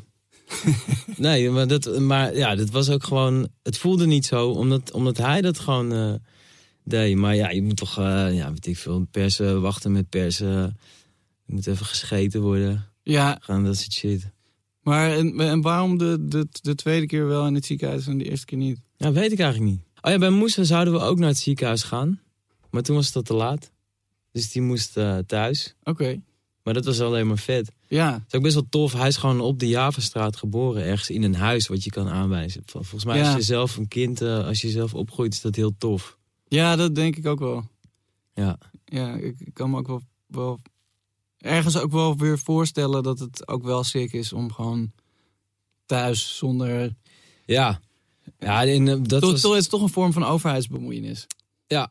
[SPEAKER 4] nee, maar, dat, maar ja, dat was ook gewoon. Het voelde niet zo, omdat, omdat hij dat gewoon eh, deed. Maar ja, je moet toch, eh, ja, weet ik veel, persen, wachten met persen. Je moet even gescheten worden.
[SPEAKER 3] Ja,
[SPEAKER 4] Gaan dat soort shit.
[SPEAKER 3] maar en, en waarom de, de, de tweede keer wel in het ziekenhuis en de eerste keer niet?
[SPEAKER 4] Nou, weet ik eigenlijk niet. Oh ja, bij Moesa zouden we ook naar het ziekenhuis gaan. Maar toen was dat te laat. Dus die moest eh, thuis.
[SPEAKER 3] Oké,
[SPEAKER 4] Maar dat was alleen maar vet.
[SPEAKER 3] ja.
[SPEAKER 4] Het is ook best wel tof. Hij is gewoon op de Javastraat geboren, ergens in een huis wat je kan aanwijzen. Vol- Volgens mij
[SPEAKER 3] Ja.
[SPEAKER 4] als je zelf een kind, eh, als je zelf opgroeit, is dat heel tof.
[SPEAKER 3] Ja, dat denk ik ook wel.
[SPEAKER 4] Ja.
[SPEAKER 3] Ja, ik ik kan me ook wel, wel ergens ook wel weer voorstellen dat het ook wel sick is om gewoon thuis zonder.
[SPEAKER 4] Ja. Ja, en, eh, dat
[SPEAKER 3] Toch-
[SPEAKER 4] was-
[SPEAKER 3] toch- het is toch een vorm van overheidsbemoeienis.
[SPEAKER 4] Ja,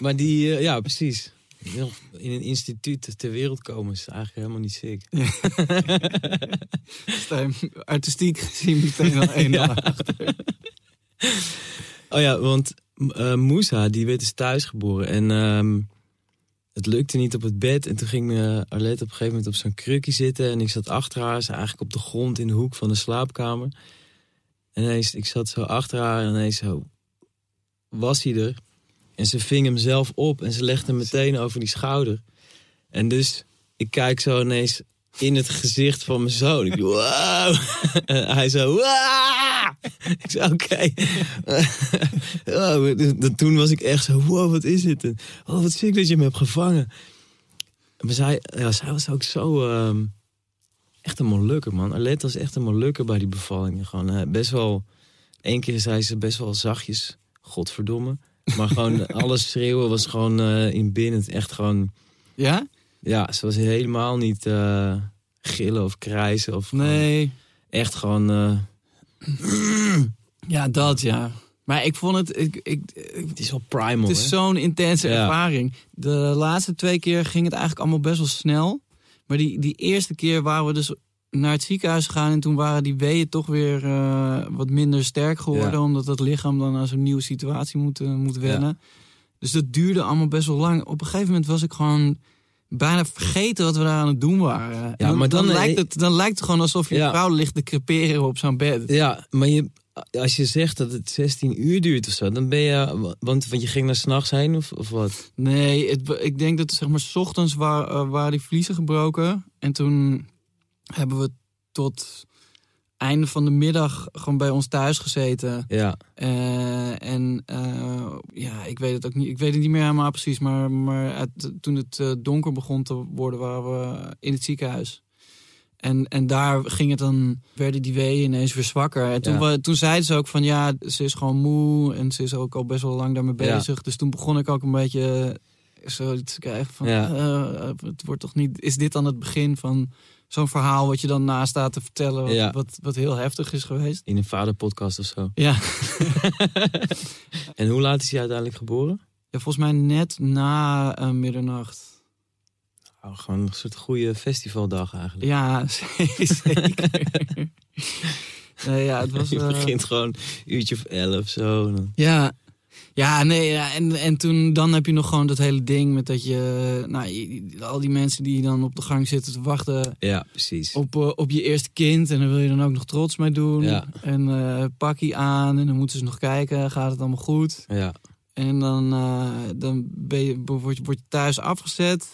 [SPEAKER 4] maar die, eh, ja, precies. Nog In een instituut ter wereld komen is eigenlijk helemaal niet sick.
[SPEAKER 3] Sta je Artistiek gezien meteen wel één
[SPEAKER 4] Ja.
[SPEAKER 3] dag.
[SPEAKER 4] Oh ja, want eh Moesa, die werd dus thuis geboren. En ehm, het lukte niet op het bed. En toen ging eh, Arlette op een gegeven moment op zo'n krukje zitten. En ik zat achter haar. Ze eigenlijk op de grond in de hoek van de slaapkamer. En ineens, ik zat zo achter haar. En ineens zo, was hij er. En ze ving hem zelf op. En ze legde hem meteen over die schouder. En dus, ik kijk zo ineens in het gezicht van mijn zoon. Ik doe, wow. En hij zo, wow. Ik zei, oké. Ja, maar d- d- toen was ik echt zo, wow, wat is dit? En, Oh, wat sick dat je hem hebt gevangen. Maar zij, ja, zij was ook zo... ehm, echt een molukker, man. Alette was echt een molukker bij die bevallingen. Gewoon eh, best wel... Eén keer zei ze best wel zachtjes, godverdomme. Maar gewoon alles schreeuwen was gewoon eh, in binnen. Het Echt gewoon...
[SPEAKER 3] Ja?
[SPEAKER 4] Ja, ze was helemaal niet eh, gillen of krijsen. Of gewoon-
[SPEAKER 3] Nee.
[SPEAKER 4] echt gewoon... eh,
[SPEAKER 3] Ja, dat ja. Maar ik vond het. Ik, ik, ik-
[SPEAKER 4] het is wel primal,
[SPEAKER 3] het is
[SPEAKER 4] hè?
[SPEAKER 3] zo'n intense
[SPEAKER 4] Ja.
[SPEAKER 3] ervaring. De laatste twee keer ging het eigenlijk allemaal best wel snel. Maar die, die eerste keer waren we dus naar het ziekenhuis gegaan. En toen waren die weeën toch weer eh, wat minder sterk geworden.
[SPEAKER 4] Ja.
[SPEAKER 3] Omdat dat lichaam dan aan zo'n nieuwe situatie moet, eh, moet wennen. Dus dat duurde allemaal best wel lang. Op een gegeven moment was ik gewoon bijna vergeten wat we daar aan het doen waren. En dan,
[SPEAKER 4] maar
[SPEAKER 3] dan,
[SPEAKER 4] dan- eh,
[SPEAKER 3] lijkt het, dan lijkt het gewoon alsof je
[SPEAKER 4] Ja.
[SPEAKER 3] vrouw ligt te creperen op zo'n bed.
[SPEAKER 4] Ja, maar je, als je zegt dat het 16 uur duurt of zo, dan ben je. Want, want je ging naar s'nachts heen of, of wat?
[SPEAKER 3] Nee, het, wa- ik denk dat zeg maar, 's ochtends waar, eh, waren die vliezen gebroken. En toen hebben we tot einde van de middag gewoon bij ons thuis gezeten.
[SPEAKER 4] Ja,
[SPEAKER 3] Eh, en eh, ja, ik weet het ook niet. Ik weet het niet meer helemaal precies. Maar, maar uit- toen het eh, donker begon te worden, waren we in het ziekenhuis. En, en daar ging het dan, werden die weeën ineens weer zwakker. En toen,
[SPEAKER 4] Ja.
[SPEAKER 3] wa- toen zeiden ze ook van ja, ze is gewoon moe en ze is ook al best wel lang daarmee
[SPEAKER 4] Ja.
[SPEAKER 3] bezig. Dus toen begon ik ook een beetje eh, zoiets te krijgen van
[SPEAKER 4] Ja.
[SPEAKER 3] eh, het wordt toch niet, is dit dan het begin van zo'n verhaal wat je dan na staat te vertellen, wat,
[SPEAKER 4] Ja.
[SPEAKER 3] wat, wat heel heftig is geweest?
[SPEAKER 4] in een vaderpodcast of zo.
[SPEAKER 3] Ja.
[SPEAKER 4] En hoe laat is hij uiteindelijk geboren?
[SPEAKER 3] Ja, volgens mij net na eh, middernacht.
[SPEAKER 4] Oh, gewoon een soort goede festivaldag eigenlijk.
[SPEAKER 3] Ja, zeker. nee, ja, het was...
[SPEAKER 4] je
[SPEAKER 3] eh,
[SPEAKER 4] begint gewoon een uurtje of elf zo. en dan-
[SPEAKER 3] ja. Ja, nee, ja, en, en toen dan heb je nog gewoon dat hele ding met dat je... Nou, je- al die mensen die dan op de gang zitten te wachten
[SPEAKER 4] Ja, precies.
[SPEAKER 3] op, eh, op je eerste kind. En daar wil je dan ook nog trots mee doen.
[SPEAKER 4] Ja.
[SPEAKER 3] En eh pakkie aan en dan moeten ze nog kijken, gaat het allemaal goed?
[SPEAKER 4] Ja,
[SPEAKER 3] En dan, eh, dan ben je, word, je, word je thuis afgezet.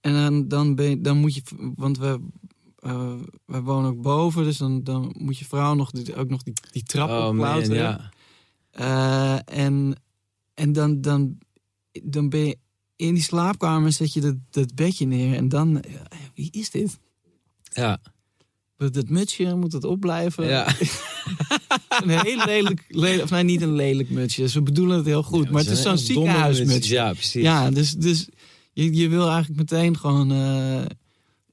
[SPEAKER 3] En dan, dan, ben je, dan moet je, want we, eh, we wonen ook boven, dus dan, dan moet je vrouw nog die, ook nog die, die trap
[SPEAKER 4] oh man,
[SPEAKER 3] opklauteren.
[SPEAKER 4] ja.
[SPEAKER 3] Eh, en en dan, dan, dan ben je in die slaapkamer, zet je dat, dat bedje neer. En dan, eh, wie is dit?
[SPEAKER 4] Ja,
[SPEAKER 3] Dat, dat mutsje, moet het opblijven?
[SPEAKER 4] ja.
[SPEAKER 3] Een heel lelijk, lelijk, of nee, niet een lelijk mutsje. Ze bedoelen het heel goed, maar het is zo'n
[SPEAKER 4] Een domme mensen.
[SPEAKER 3] ziekenhuismutsje.
[SPEAKER 4] Ja, precies.
[SPEAKER 3] Ja, dus, dus je, je wil eigenlijk meteen gewoon eh,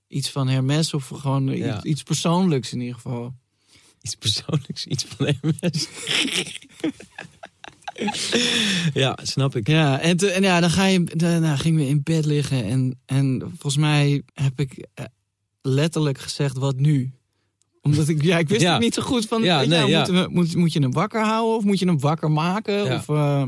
[SPEAKER 3] iets van Hermes of gewoon iets-
[SPEAKER 4] Ja.
[SPEAKER 3] iets, persoonlijks in ieder geval.
[SPEAKER 4] Iets persoonlijks, iets van MS. ja, snap ik.
[SPEAKER 3] Ja, en, toen- en ja, dan ga je, daarna gingen we in bed liggen en, en volgens mij heb ik eh, letterlijk gezegd wat nu? Omdat ik, ja, ik wist
[SPEAKER 4] Ja.
[SPEAKER 3] het niet zo goed van,
[SPEAKER 4] Ja,
[SPEAKER 3] ja,
[SPEAKER 4] nee, ja.
[SPEAKER 3] moeten we- moet, moet je hem wakker houden of moet je hem wakker maken?
[SPEAKER 4] Ja.
[SPEAKER 3] Of, eh,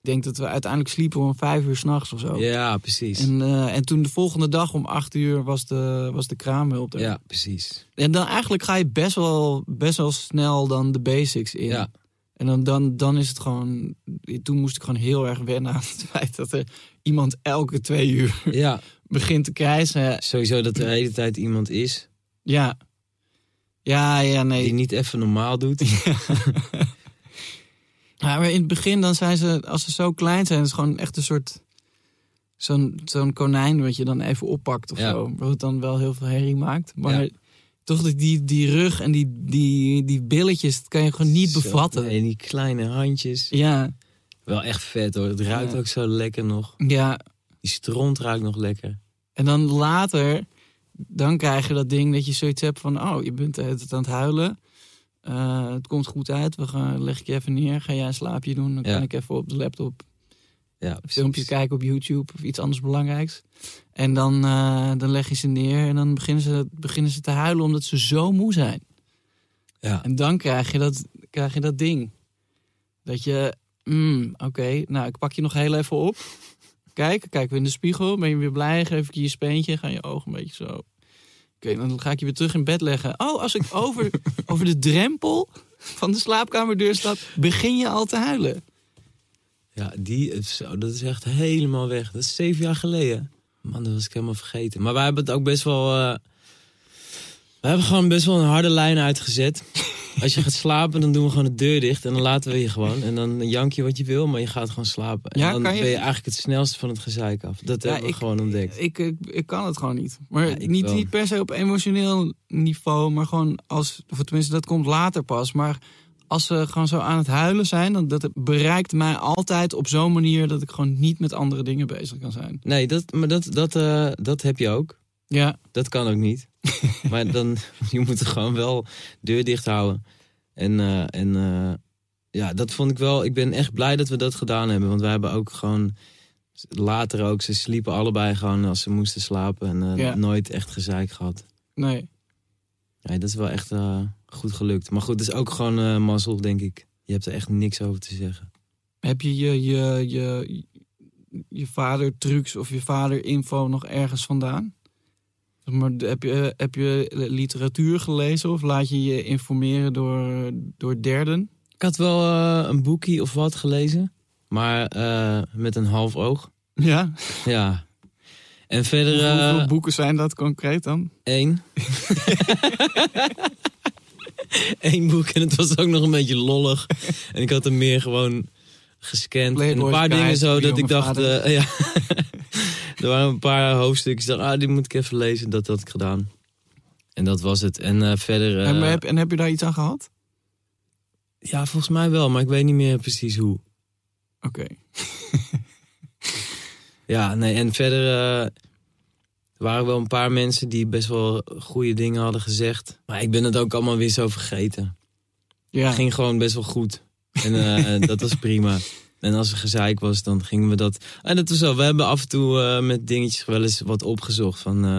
[SPEAKER 3] ik denk dat we uiteindelijk sliepen om vijf uur s'nachts of zo.
[SPEAKER 4] Ja, precies.
[SPEAKER 3] En, eh, en toen de volgende dag om acht uur was de, was de kraamhulp er.
[SPEAKER 4] Ja, precies.
[SPEAKER 3] En dan eigenlijk ga je best wel, best wel snel dan de basics in.
[SPEAKER 4] Ja.
[SPEAKER 3] En dan, dan, dan is het gewoon... Toen moest ik gewoon heel erg wennen aan het feit dat er iemand elke twee uur
[SPEAKER 4] ja,
[SPEAKER 3] begint te krijsen.
[SPEAKER 4] sowieso dat er de hele tijd iemand is
[SPEAKER 3] Ja. Ja, ja,
[SPEAKER 4] die
[SPEAKER 3] nee.
[SPEAKER 4] niet even normaal doet.
[SPEAKER 3] Ja, maar in het begin dan zijn ze, als ze zo klein zijn, is het gewoon echt een soort... Zo'n zo'n konijn wat je dan even oppakt of
[SPEAKER 4] Ja.
[SPEAKER 3] zo. Wat dan wel heel veel herrie maakt. Maar
[SPEAKER 4] Ja.
[SPEAKER 3] toch dat die, die rug en die, die, die billetjes, dat kan je gewoon niet
[SPEAKER 4] Zo,
[SPEAKER 3] bevatten.
[SPEAKER 4] En die kleine handjes.
[SPEAKER 3] Ja.
[SPEAKER 4] Wel echt vet hoor. Het ruikt
[SPEAKER 3] Ja.
[SPEAKER 4] ook zo lekker nog.
[SPEAKER 3] Ja,
[SPEAKER 4] Die stront ruikt nog lekker.
[SPEAKER 3] en dan later, dan krijg je dat ding dat je zoiets hebt van... Oh, je bent de hele tijd aan het huilen. Eh, het komt goed uit. We gaan, leg ik je even neer. Ga jij een slaapje doen. Dan
[SPEAKER 4] Ja.
[SPEAKER 3] kan ik even op de laptop
[SPEAKER 4] Ja,
[SPEAKER 3] filmpjes kijken op YouTube of iets anders belangrijks. En dan, eh, dan leg je ze neer en dan beginnen ze, beginnen ze te huilen omdat ze zo moe zijn.
[SPEAKER 4] Ja.
[SPEAKER 3] En dan krijg je dat, krijg je dat ding. Dat je, mm, oké, nou ik pak je nog heel even op. Kijk, kijk weer in de spiegel. Ben je weer blij? Geef ik je je speentje. Gaan je ogen een beetje zo. Oké, dan ga ik je weer terug in bed leggen. Oh, als ik over, over de drempel van de slaapkamerdeur stap, begin je al te huilen.
[SPEAKER 4] Ja, die, zo, dat is echt helemaal weg. Dat is zeven jaar geleden. Man, dat was ik helemaal vergeten. Maar wij hebben het ook best wel... eh, we hebben gewoon best wel een harde lijn uitgezet. Als je gaat slapen, dan doen we gewoon de deur dicht. En dan laten we je gewoon. En dan jank je wat je wil, maar je gaat gewoon slapen. En
[SPEAKER 3] Ja,
[SPEAKER 4] dan
[SPEAKER 3] kan je-
[SPEAKER 4] ben je eigenlijk het snelste van het gezeik af. Dat
[SPEAKER 3] Ja,
[SPEAKER 4] hebben we
[SPEAKER 3] ik- eh,
[SPEAKER 4] gewoon ontdekt.
[SPEAKER 3] Ik, ik, ik kan het gewoon niet. Maar
[SPEAKER 4] Ja, ik
[SPEAKER 3] niet,
[SPEAKER 4] wel.
[SPEAKER 3] niet per se op emotioneel niveau, maar gewoon als, of tenminste dat komt later pas. Maar als ze gewoon zo aan het huilen zijn, dan dat het bereikt mij altijd op zo'n manier dat ik gewoon niet met andere dingen bezig kan zijn.
[SPEAKER 4] Nee, dat, maar dat, dat, eh, dat heb je ook.
[SPEAKER 3] Ja,
[SPEAKER 4] Dat kan ook niet. maar dan, je moet er gewoon wel deur dicht houden. En, eh, en eh, ja, dat vond ik wel. Ik ben echt blij dat we dat gedaan hebben. Want wij hebben ook gewoon later ook. Ze sliepen allebei gewoon als ze moesten slapen. En eh,
[SPEAKER 3] Ja.
[SPEAKER 4] nooit echt gezeik gehad.
[SPEAKER 3] nee.
[SPEAKER 4] Nee, dat is wel echt eh, goed gelukt. Maar goed, het is ook gewoon eh mazzel, denk ik. Je hebt er echt niks over te zeggen.
[SPEAKER 3] Heb je je, je, je, je vader trucs of je vader info nog ergens vandaan? Zeg Maar heb je, heb je literatuur gelezen of laat je je informeren door, door derden?
[SPEAKER 4] Ik had wel eh, een boekje of wat gelezen. Maar eh, met een half oog.
[SPEAKER 3] Ja,
[SPEAKER 4] Ja. En verder...
[SPEAKER 3] Hoeveel-
[SPEAKER 4] eh,
[SPEAKER 3] Hoeveel boeken zijn dat concreet dan?
[SPEAKER 4] Eén. Eén boek en het was ook nog een beetje lollig. En ik had er meer gewoon gescand. en
[SPEAKER 3] Playboy's
[SPEAKER 4] een paar
[SPEAKER 3] Guide
[SPEAKER 4] dingen zo
[SPEAKER 3] voor
[SPEAKER 4] dat ik
[SPEAKER 3] jonge
[SPEAKER 4] dacht...
[SPEAKER 3] vaders.
[SPEAKER 4] eh, ja. er waren een paar hoofdstukjes. Ik dacht, ah, die moet ik even lezen. Dat had ik gedaan. En dat was het. En eh, verder... eh,
[SPEAKER 3] en, heb, en heb je daar iets aan gehad?
[SPEAKER 4] Ja, volgens mij wel. Maar ik weet niet meer precies hoe.
[SPEAKER 3] Oké.
[SPEAKER 4] Ja, nee. En verder eh, er waren wel een paar mensen die best wel goede dingen hadden gezegd. Maar ik ben het ook allemaal weer zo vergeten.
[SPEAKER 3] Ja.
[SPEAKER 4] ging gewoon best wel goed. En eh, dat was prima. En als er gezeik was, dan gingen we dat. En dat was zo. We hebben af en toe eh, met dingetjes wel eens wat opgezocht. Van eh,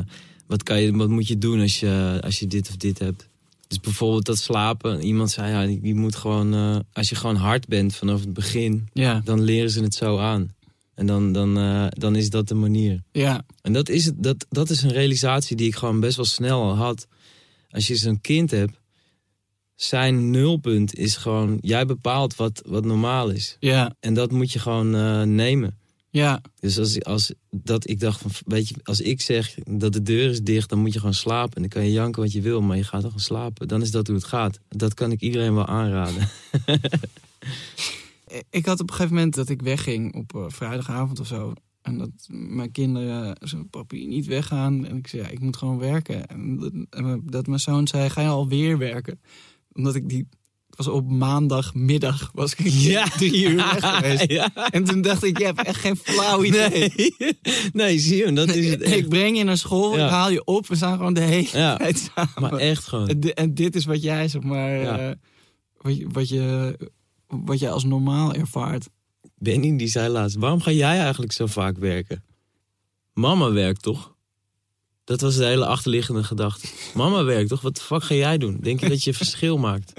[SPEAKER 4] wat, kan je, wat moet je doen als je, als je dit of dit hebt. Dus bijvoorbeeld dat slapen. Iemand zei, ja, je moet gewoon. eh, als je gewoon hard bent vanaf het begin,
[SPEAKER 3] Ja.
[SPEAKER 4] dan leren ze het zo aan. En dan, dan, eh, dan is dat de manier.
[SPEAKER 3] Ja.
[SPEAKER 4] En dat is, het- dat, dat is een realisatie die ik gewoon best wel snel al had. Als je zo'n kind hebt, zijn nulpunt is gewoon... Jij bepaalt wat, wat normaal is.
[SPEAKER 3] Ja.
[SPEAKER 4] En dat moet je gewoon eh, nemen.
[SPEAKER 3] Ja.
[SPEAKER 4] Dus als, als dat, ik dacht, van, weet je, als ik zeg dat de deur is dicht... dan moet je gewoon slapen. En dan kan je janken wat je wil, maar je gaat dan gewoon slapen. Dan is dat hoe het gaat. Dat kan ik iedereen wel aanraden.
[SPEAKER 3] Ik had op een gegeven moment dat ik wegging op eh, vrijdagavond of zo. En dat mijn kinderen, zo'n papi, niet weggaan. En ik zei, ja, ik moet gewoon werken. En dat, en dat mijn zoon zei, ga je alweer werken? Omdat ik die... het was op maandagmiddag was ik
[SPEAKER 4] Ja.
[SPEAKER 3] drie uur weg geweest.
[SPEAKER 4] ja.
[SPEAKER 3] En toen dacht ik, je hebt echt geen flauw idee.
[SPEAKER 4] Nee. nee, zie je, dat is het echt.
[SPEAKER 3] Ik breng je naar school,
[SPEAKER 4] Ja.
[SPEAKER 3] ik haal je op. We staan gewoon de hele
[SPEAKER 4] Ja,
[SPEAKER 3] tijd samen.
[SPEAKER 4] maar echt gewoon.
[SPEAKER 3] En, di- en dit is wat jij zeg maar.
[SPEAKER 4] Ja.
[SPEAKER 3] eh, wat, je, wat, je, wat jij als normaal ervaart.
[SPEAKER 4] Benny die zei laatst, waarom ga jij eigenlijk zo vaak werken? Mama werkt toch? Dat was de hele achterliggende gedachte. Mama werkt toch? Wat de fuck ga jij doen? Denk je dat je verschil maakt?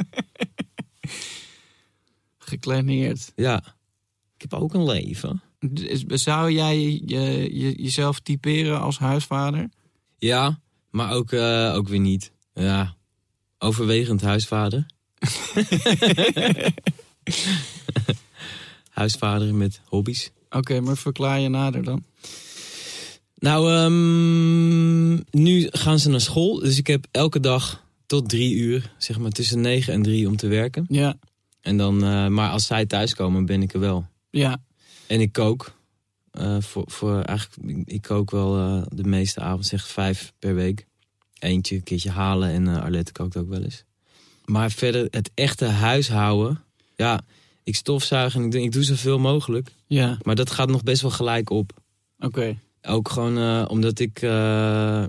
[SPEAKER 3] Gekleineerd.
[SPEAKER 4] Ja. Ik heb ook een leven.
[SPEAKER 3] D- is- Zou jij je, je- jezelf typeren als huisvader?
[SPEAKER 4] Ja, maar ook, eh, ook weer niet. Ja. Overwegend huisvader. huisvader met hobby's.
[SPEAKER 3] Oké, maar verklaar je nader dan.
[SPEAKER 4] Nou, ehm, nu gaan ze naar school. Dus ik heb elke dag tot drie uur, zeg maar tussen negen en drie om te werken.
[SPEAKER 3] Ja,
[SPEAKER 4] En dan, eh, maar als zij thuiskomen, ben ik er wel.
[SPEAKER 3] ja,
[SPEAKER 4] En ik kook. Eh, voor, voor eigenlijk, ik- ik kook wel eh, de meeste avond, zeg vijf per week. Eentje, een keertje halen en eh Arlette kookt ook wel eens. Maar verder, het echte huishouden. Ja, ik Ik stofzuig en ik, doe- ik doe zoveel mogelijk.
[SPEAKER 3] Ja,
[SPEAKER 4] Maar dat gaat nog best wel gelijk op.
[SPEAKER 3] oké.
[SPEAKER 4] Ook gewoon eh, omdat ik eh,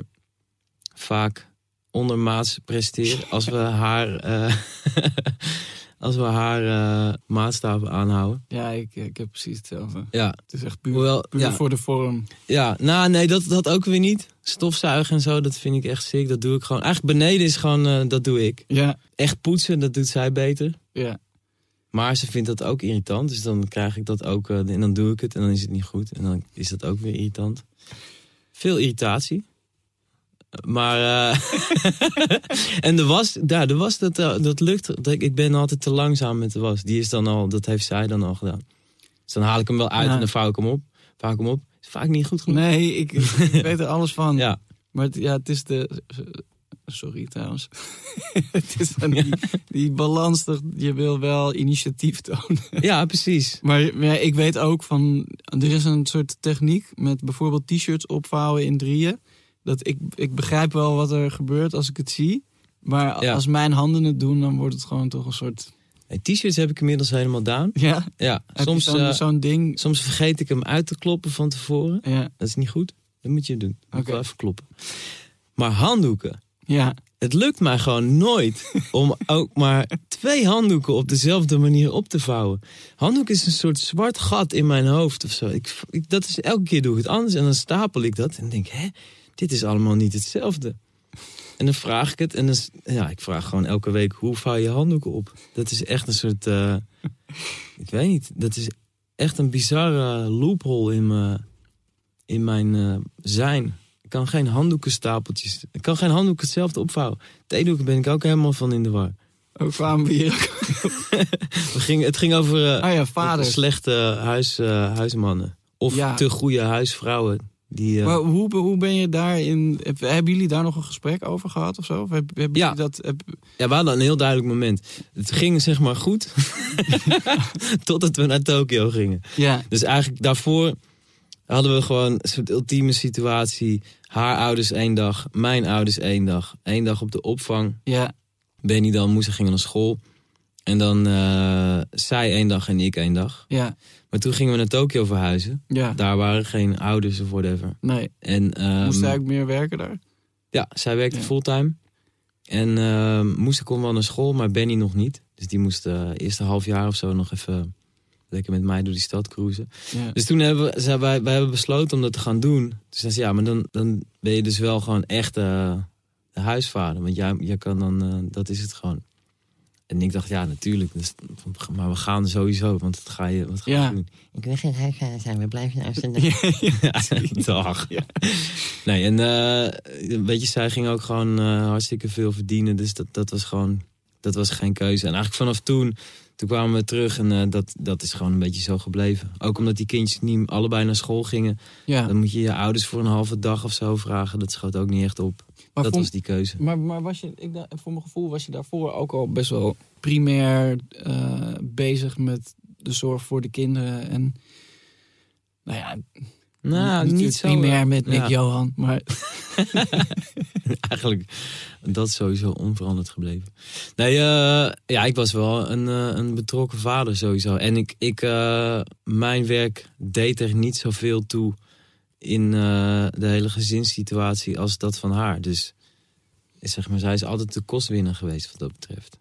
[SPEAKER 4] vaak ondermaats presteer. Als we haar, eh, als we haar eh, maatstaven aanhouden.
[SPEAKER 3] Ja, ik, ik heb precies hetzelfde.
[SPEAKER 4] Ja,
[SPEAKER 3] Het is echt puur,
[SPEAKER 4] hoewel,
[SPEAKER 3] puur
[SPEAKER 4] ja,
[SPEAKER 3] voor de vorm.
[SPEAKER 4] ja, nou nee, dat, dat ook weer niet. Stofzuigen en zo, dat vind ik echt sick. Dat doe ik gewoon. Eigenlijk beneden is gewoon, eh, dat doe ik.
[SPEAKER 3] Ja,
[SPEAKER 4] Echt poetsen, dat doet zij beter.
[SPEAKER 3] ja.
[SPEAKER 4] Maar ze vindt dat ook irritant. Dus dan krijg ik dat ook. eh, en dan doe ik het en dan is het niet goed. En dan is dat ook weer irritant. Veel irritatie. Maar. eh, en de was, daar, de was dat, eh, dat lukt. Dat ik, ik ben altijd te langzaam met de was. Die is dan al, dat heeft zij dan al gedaan. Dus dan haal ik hem wel uit
[SPEAKER 3] Ja.
[SPEAKER 4] en dan vouw ik hem op. Vouw ik hem op. Is vaak niet goed genoeg.
[SPEAKER 3] Nee, ik, ik weet er alles van.
[SPEAKER 4] Ja.
[SPEAKER 3] Maar het, ja, het is de. Sorry trouwens. het is dan die, die balans. dat Je wil wel initiatief tonen.
[SPEAKER 4] ja, precies.
[SPEAKER 3] Maar ja, ik weet ook van. Er is een soort techniek met bijvoorbeeld t-shirts opvouwen in drieën. Dat ik, ik begrijp wel wat er gebeurt als ik het zie. Maar
[SPEAKER 4] Ja.
[SPEAKER 3] als mijn handen het doen, dan wordt het gewoon toch een soort.
[SPEAKER 4] En T-shirts heb ik inmiddels helemaal down.
[SPEAKER 3] Ja,
[SPEAKER 4] Ja,
[SPEAKER 3] heb je
[SPEAKER 4] soms,
[SPEAKER 3] zo'n
[SPEAKER 4] eh,
[SPEAKER 3] zo'n ding.
[SPEAKER 4] soms vergeet ik hem uit te kloppen van tevoren.
[SPEAKER 3] Ja,
[SPEAKER 4] Dat is niet goed. Dat moet je doen. Moet
[SPEAKER 3] Oké.
[SPEAKER 4] wel even kloppen. Maar handdoeken.
[SPEAKER 3] ja,
[SPEAKER 4] Het lukt mij gewoon nooit om ook maar twee handdoeken op dezelfde manier op te vouwen. Handdoek is een soort zwart gat in mijn hoofd of zo. Ik, ik- dat is, elke keer doe ik het anders en dan stapel ik dat en denk, hè, dit is allemaal niet hetzelfde. En dan vraag ik het en dan, s- ja, ik vraag gewoon elke week, hoe vouw je handdoeken op? Dat is echt een soort, eh, ik weet niet, dat is echt een bizarre loophole in mijn, in mijn eh, zijn. Ik kan geen handdoekenstapeltjes, ik kan geen handdoeken hetzelfde opvouwen. Theedoeken ben ik ook helemaal van in de war.
[SPEAKER 3] ook kwamen we hier.
[SPEAKER 4] We gingen, het ging over... eh,
[SPEAKER 3] Ah ja,
[SPEAKER 4] Vader.
[SPEAKER 3] vader.
[SPEAKER 4] Slechte huis, eh, huismannen. Of
[SPEAKER 3] Ja.
[SPEAKER 4] te goede huisvrouwen. Die, eh,
[SPEAKER 3] Maar hoe, be- hoe ben je daarin... heb- Hebben jullie daar nog een gesprek over gehad of zo? Of heb, hebben
[SPEAKER 4] Ja.
[SPEAKER 3] jullie dat... heb-
[SPEAKER 4] Ja, we hadden een heel duidelijk moment. Het ging zeg maar goed. Totdat we naar Tokio gingen.
[SPEAKER 3] ja,
[SPEAKER 4] Dus eigenlijk daarvoor hadden we gewoon een soort ultieme situatie. Haar ouders één dag, mijn ouders één dag. Eén dag op de opvang.
[SPEAKER 3] ja,
[SPEAKER 4] Benny dan, Moes gingen naar school. En dan eh, zij één dag en ik één dag.
[SPEAKER 3] ja,
[SPEAKER 4] Maar toen gingen we naar Tokio verhuizen.
[SPEAKER 3] ja.
[SPEAKER 4] Daar waren geen ouders of whatever.
[SPEAKER 3] Nee,
[SPEAKER 4] En, ehm,
[SPEAKER 3] moest hij ook meer werken daar?
[SPEAKER 4] Ja, zij werkte
[SPEAKER 3] Ja.
[SPEAKER 4] fulltime. En ehm, Moes kon wel naar school, maar Benny nog niet. Dus die moest eh eerste half jaar of zo nog even lekker met mij door die stad cruisen.
[SPEAKER 3] Ja,
[SPEAKER 4] Dus toen hebben we, zei, wij, wij hebben besloten om dat te gaan doen. Dus zei ze, ja, maar dan, dan ben je dus wel gewoon echt eh, de huisvader. Want jij, jij kan dan, eh, dat is het gewoon. En ik dacht, ja, natuurlijk. Dus, maar we gaan sowieso, want dat ga je, wat ga je
[SPEAKER 3] Ja.
[SPEAKER 4] doen?
[SPEAKER 1] Ik wil geen huisvader zijn, we blijven nou in Amsterdam.
[SPEAKER 4] Ja, dag. Nee, en eh, weet je, zij ging ook gewoon eh, hartstikke veel verdienen. Dus dat, dat was gewoon, dat was geen keuze. En eigenlijk vanaf toen, toen kwamen we terug en eh, dat, dat is gewoon een beetje zo gebleven. Ook omdat die kindjes niet allebei naar school gingen.
[SPEAKER 3] ja.
[SPEAKER 4] Dan moet je je ouders voor een halve dag of zo vragen. Dat schoot ook niet echt op.
[SPEAKER 3] Maar,
[SPEAKER 4] dat
[SPEAKER 3] vond-
[SPEAKER 4] was die keuze.
[SPEAKER 3] maar, maar was je, ik, dacht- voor mijn gevoel was je daarvoor ook al best wel primair eh, bezig met de zorg voor de kinderen. En nou ja,
[SPEAKER 4] Nou,
[SPEAKER 3] natuurlijk
[SPEAKER 4] niet zo.
[SPEAKER 3] primair met Nick
[SPEAKER 4] Ja.
[SPEAKER 3] Johan. Maar
[SPEAKER 4] Eigenlijk, dat is sowieso onveranderd gebleven. Nee, eh, ja, ik was wel een, eh, een betrokken vader sowieso. En ik, ik, eh, mijn werk deed er niet zoveel toe in eh, de hele gezinssituatie als dat van haar. Dus zeg maar, zij is altijd de kostwinner geweest wat dat betreft.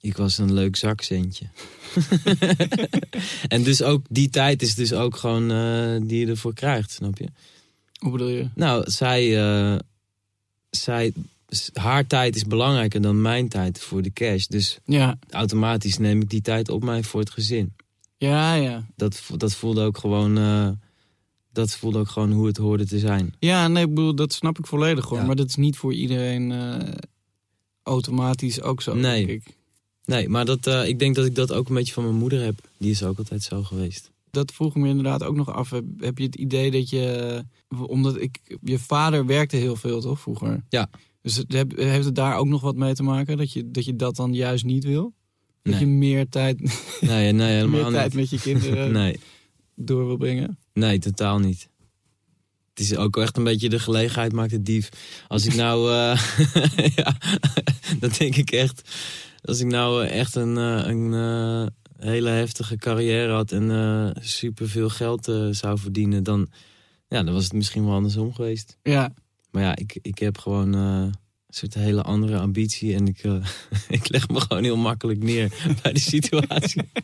[SPEAKER 4] Ik was een leuk zakcentje. en dus ook die tijd is dus ook gewoon eh, die je ervoor krijgt, snap je?
[SPEAKER 3] hoe bedoel je?
[SPEAKER 4] Nou, zij, eh, zij, s- haar tijd is belangrijker dan mijn tijd voor de cash. Dus
[SPEAKER 3] Ja,
[SPEAKER 4] automatisch neem ik die tijd op mij voor het gezin.
[SPEAKER 3] ja, ja.
[SPEAKER 4] Dat, vo- dat voelde ook gewoon, eh, dat voelde ook gewoon hoe het hoorde te zijn.
[SPEAKER 3] Ja, nee, ik bedoel, dat snap ik volledig hoor.
[SPEAKER 4] Ja.
[SPEAKER 3] Maar dat is niet voor iedereen eh, automatisch ook zo.
[SPEAKER 4] Nee.
[SPEAKER 3] denk ik.
[SPEAKER 4] Nee, maar dat, eh, ik denk dat ik dat ook een beetje van mijn moeder heb. Die is ook altijd zo geweest.
[SPEAKER 3] Dat vroeg ik me inderdaad ook nog af. Heb, heb je het idee dat je. Omdat ik. Je vader werkte heel veel, toch? Vroeger.
[SPEAKER 4] Ja.
[SPEAKER 3] Dus het, heb- heeft het daar ook nog wat mee te maken? Dat je dat, je dat dan juist niet wil? Dat
[SPEAKER 4] Nee.
[SPEAKER 3] je meer tijd,
[SPEAKER 4] Nee, nee
[SPEAKER 3] meer
[SPEAKER 4] helemaal
[SPEAKER 3] tijd met
[SPEAKER 4] niet.
[SPEAKER 3] je kinderen
[SPEAKER 4] Nee,
[SPEAKER 3] door wil brengen?
[SPEAKER 4] nee, totaal niet. Het is ook echt een beetje de gelegenheid maakt het dief. Als ik nou, eh ja, dat denk ik echt. Als ik nou eh, echt een, eh, een, eh, een hele heftige carrière had en eh superveel geld eh, zou verdienen, dan, ja, dan was het misschien wel andersom geweest.
[SPEAKER 3] Ja,
[SPEAKER 4] Maar ja, ik, ik heb gewoon eh, een soort hele andere ambitie en ik, eh, ik leg me gewoon heel makkelijk neer bij de situatie.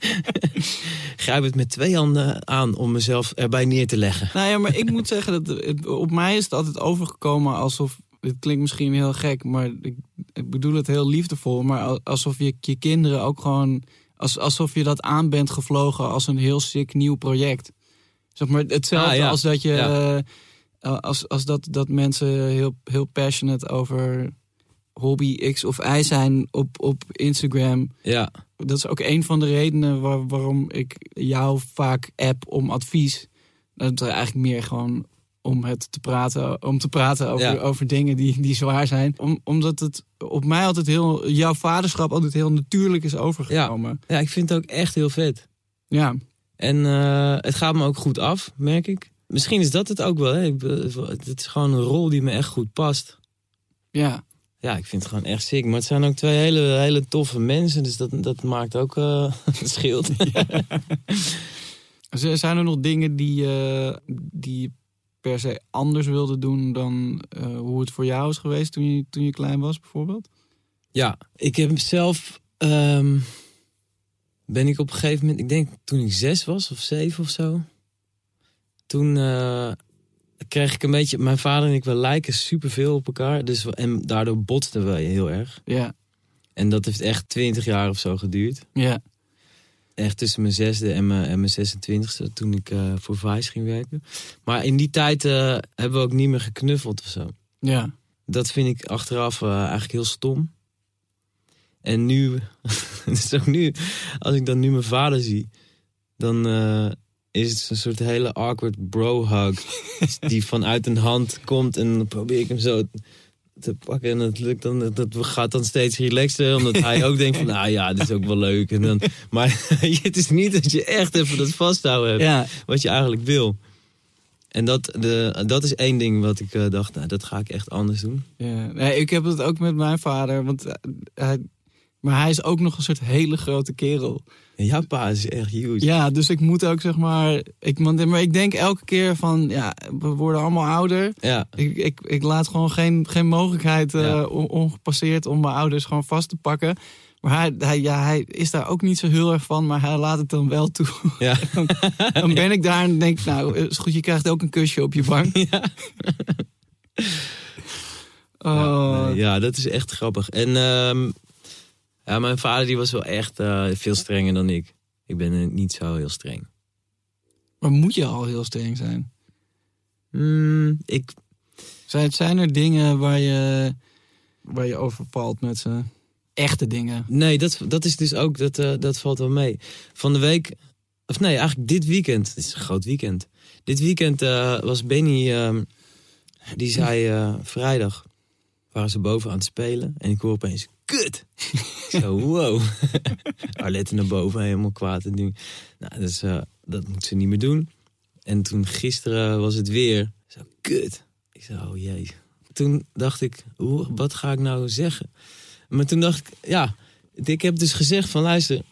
[SPEAKER 4] Grijp het met twee handen aan om mezelf erbij neer te leggen.
[SPEAKER 3] Nou ja, maar ik moet zeggen dat het- op mij is het altijd overgekomen alsof. Het klinkt misschien heel gek, maar ik, ik bedoel het heel liefdevol. Maar al- alsof je je kinderen ook gewoon. Als, alsof je dat aan bent gevlogen als een heel sick nieuw project. Zeg maar hetzelfde
[SPEAKER 4] Ah, ja.
[SPEAKER 3] als dat je.
[SPEAKER 4] Ja.
[SPEAKER 3] eh, als, als dat, dat mensen heel, heel passionate over hobby X of Y zijn op, op Instagram
[SPEAKER 4] Ja,
[SPEAKER 3] dat is ook een van de redenen waar- waarom ik jou vaak app om advies. Dat is eigenlijk meer gewoon om het te praten, om te praten over,
[SPEAKER 4] Ja.
[SPEAKER 3] over dingen die, die zwaar zijn. Om, omdat het op mij altijd heel, jouw vaderschap altijd heel natuurlijk is overgekomen.
[SPEAKER 4] ja ik vind het ook echt heel vet.
[SPEAKER 3] Ja,
[SPEAKER 4] En eh, het gaat me ook goed af, merk ik. Misschien is dat het ook wel. Hè? Ik be- Het is gewoon een rol die me echt goed past.
[SPEAKER 3] ja,
[SPEAKER 4] Ja, ik vind het gewoon echt sick. Maar het zijn ook twee hele, hele toffe mensen. Dus dat, dat maakt ook eh het scheelt.
[SPEAKER 3] Z- Zijn er nog dingen die, eh, die je per se anders wilde doen dan eh, hoe het voor jou is geweest toen je, toen je klein was bijvoorbeeld?
[SPEAKER 4] Ja, ik heb zelf. ehm, ben ik op een gegeven moment, ik denk toen ik zes was of zeven of zo. Toen eh, kreeg ik een beetje. Mijn vader en ik, we lijken superveel op elkaar. Dus, we- en daardoor botsten we heel erg.
[SPEAKER 3] Ja,
[SPEAKER 4] En dat heeft echt twintig jaar of zo geduurd.
[SPEAKER 3] ja,
[SPEAKER 4] Echt tussen mijn zesde en mijn, en mijn 26e toen ik eh, voor Vice ging werken. Maar in die tijd eh, hebben we ook niet meer geknuffeld of zo.
[SPEAKER 3] ja.
[SPEAKER 4] Dat vind ik achteraf eh, eigenlijk heel stom. En nu, dus ook nu, als ik dan nu mijn vader zie, dan eh, is het een soort hele awkward bro-hug. die vanuit een hand komt en dan probeer ik hem zo te pakken. En dat lukt dan, dat, dat gaat dan steeds relaxter, omdat hij ook denkt van, nou ja, dit is ook wel leuk. En dan, maar het is niet dat je echt even dat vasthouden hebt
[SPEAKER 3] ja.
[SPEAKER 4] wat je eigenlijk wil. En dat, de, dat is één ding wat ik eh, dacht, nou, dat ga ik echt anders doen.
[SPEAKER 3] Ja, nee, ik heb het ook met mijn vader. Want eh, hij, maar hij is ook nog een soort hele grote kerel.
[SPEAKER 4] En jouw pa is echt huge.
[SPEAKER 3] Ja, dus ik moet ook zeg maar. Ik, want- maar ik denk elke keer van. Ja, we worden allemaal ouder.
[SPEAKER 4] Ja,
[SPEAKER 3] Ik, ik, ik laat gewoon geen, geen mogelijkheid eh,
[SPEAKER 4] Ja.
[SPEAKER 3] on- ongepasseerd om mijn ouders gewoon vast te pakken. Maar hij, hij, ja, hij is daar ook niet zo heel erg van, maar hij laat het dan wel toe.
[SPEAKER 4] ja.
[SPEAKER 3] Dan ben ik daar en denk ik, nou, is goed, je krijgt ook een kusje op je wang. Oh,
[SPEAKER 4] Nee, ja dat is echt grappig. En ehm, ja, mijn vader die was wel echt eh, veel strenger dan ik. Ik ben eh, niet zo heel streng.
[SPEAKER 3] Maar moet je al heel streng zijn?
[SPEAKER 4] Hmm, ik,
[SPEAKER 3] Zijn, zijn er dingen waar je, waar je over valt met ze? Echte dingen.
[SPEAKER 4] nee, dat, dat is dus ook, dat, eh, dat valt wel mee. Van de week, of nee, eigenlijk dit weekend. Het is een groot weekend. Dit weekend eh, was Benny, ehm, die zei eh, vrijdag waren ze boven aan het spelen. En ik hoor opeens, kut! Ik Zo, wow. Arlette naar boven, helemaal kwaad. En ding. Nou, dus, eh, dat moet ze niet meer doen. En toen gisteren was het weer, zo, kut. Ik zei, oh jee. Toen dacht ik, hoe, wat ga ik nou zeggen? Maar toen dacht ik, ja, ik heb dus gezegd van, luister...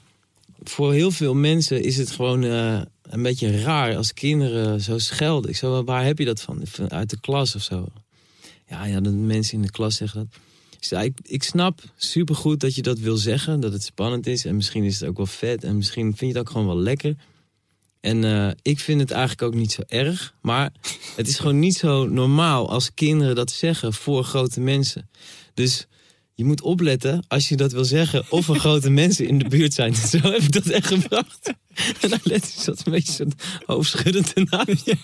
[SPEAKER 4] Voor heel veel mensen is het gewoon eh, een beetje raar als kinderen zo schelden. Ik zei, waar heb je dat van? Van Uit de klas of zo. Ja, ja, dat mensen in de klas zeggen dat. Ik zei, ik, ik snap supergoed dat je dat wil zeggen, dat het spannend is. En misschien is het ook wel vet en misschien vind je het ook gewoon wel lekker. En eh, ik vind het eigenlijk ook niet zo erg. Maar het is gewoon niet zo normaal als kinderen dat zeggen voor grote mensen. Dus je moet opletten als je dat wil zeggen of er grote mensen in de buurt zijn. Zo heb ik dat echt gebracht. En Arlette zat een beetje zo'n hoofdschuddend ernaast.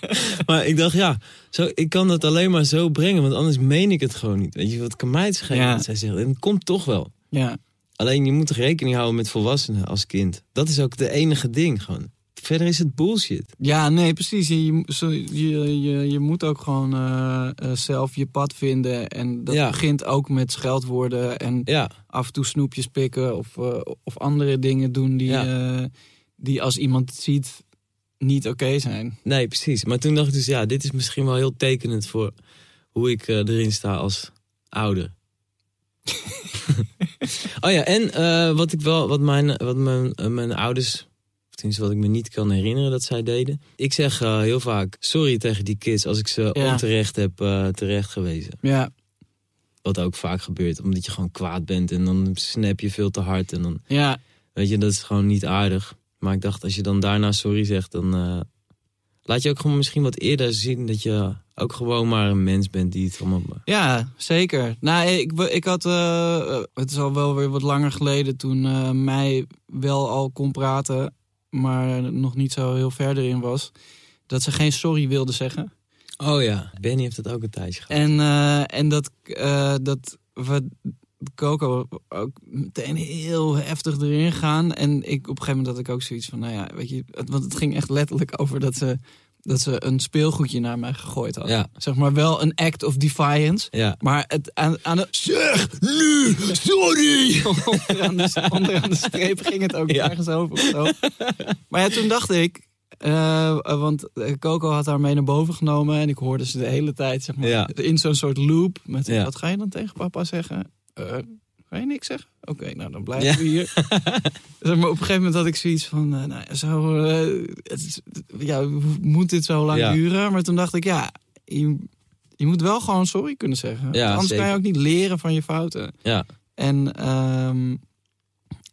[SPEAKER 4] Maar ik dacht, ja, zo, ik kan dat alleen maar zo brengen, want anders meen ik het gewoon niet. Weet je, wat kan mij het schelen
[SPEAKER 3] Ja.
[SPEAKER 4] wat zij zegt? En het komt toch wel.
[SPEAKER 3] Ja.
[SPEAKER 4] Alleen je moet toch rekening houden met volwassenen als kind. Dat is ook de enige ding gewoon. Verder is het bullshit.
[SPEAKER 3] Ja, nee, precies. Je, je, zo- je, je, je moet ook gewoon eh, eh, zelf je pad vinden. En dat
[SPEAKER 4] Ja.
[SPEAKER 3] begint ook met scheldwoorden en
[SPEAKER 4] Ja,
[SPEAKER 3] af en toe snoepjes pikken of, eh, of andere dingen doen die, eh, die als iemand het ziet niet oké zijn.
[SPEAKER 4] nee, precies. Maar toen dacht ik dus, ja, dit is misschien wel heel tekenend voor hoe ik eh, erin sta als ouder. Oh ja, en eh, wat ik wel, wat mijn, wat mijn, eh, mijn ouders, of tenminste wat ik me niet kan herinneren dat zij deden. Ik zeg eh, heel vaak sorry tegen die kids als ik ze
[SPEAKER 3] Ja.
[SPEAKER 4] onterecht heb eh terecht gewezen.
[SPEAKER 3] Ja,
[SPEAKER 4] Wat ook vaak gebeurt, omdat je gewoon kwaad bent en dan snap je veel te hard en dan,
[SPEAKER 3] ja,
[SPEAKER 4] weet je, dat is gewoon niet aardig. Maar ik dacht, als je dan daarna sorry zegt, dan eh, laat je ook gewoon misschien wat eerder zien dat je ook gewoon maar een mens bent die het allemaal.
[SPEAKER 3] ja, zeker. Nou, ik, ik had, eh, het is al wel weer wat langer geleden toen eh, mij wel al kon praten, maar nog niet zo heel verder in was, dat ze geen sorry wilde zeggen.
[SPEAKER 4] Oh ja, Benny heeft dat ook een tijdje gehad.
[SPEAKER 3] En, eh, en dat, eh, dat we Coco ook meteen heel heftig erin gaan. En ik, op een gegeven moment had ik ook zoiets van, nou ja, weet je, het- want het ging echt letterlijk over dat ze, dat ze een speelgoedje naar mij gegooid had.
[SPEAKER 4] Ja.
[SPEAKER 3] Zeg maar wel een act of defiance.
[SPEAKER 4] Ja.
[SPEAKER 3] Maar het aan, aan de,
[SPEAKER 4] Zeg nu sorry!
[SPEAKER 3] onderaan, de, onderaan de streep ging het ook
[SPEAKER 4] Ja.
[SPEAKER 3] ergens over of zo. Maar ja, toen dacht ik, eh, eh, want eh, Coco had haar mee naar boven genomen en ik hoorde ze de hele tijd zeg maar,
[SPEAKER 4] Ja.
[SPEAKER 3] in zo'n soort loop. Met,
[SPEAKER 4] Ja.
[SPEAKER 3] Wat ga je dan tegen papa zeggen? Eh, ga je niks zeggen? Oké, nou dan blijven
[SPEAKER 4] Ja.
[SPEAKER 3] we hier. Zeg maar op een gegeven moment had ik zoiets van, eh, nou, ja, zo, eh, het is- ja, hoe- moet dit zo lang
[SPEAKER 4] Ja.
[SPEAKER 3] duren? Maar toen dacht ik, ja, je, je moet wel gewoon sorry kunnen zeggen.
[SPEAKER 4] Ja,
[SPEAKER 3] Anders kan je
[SPEAKER 4] zeker.
[SPEAKER 3] ook niet leren van je fouten.
[SPEAKER 4] Ja.
[SPEAKER 3] En ehm,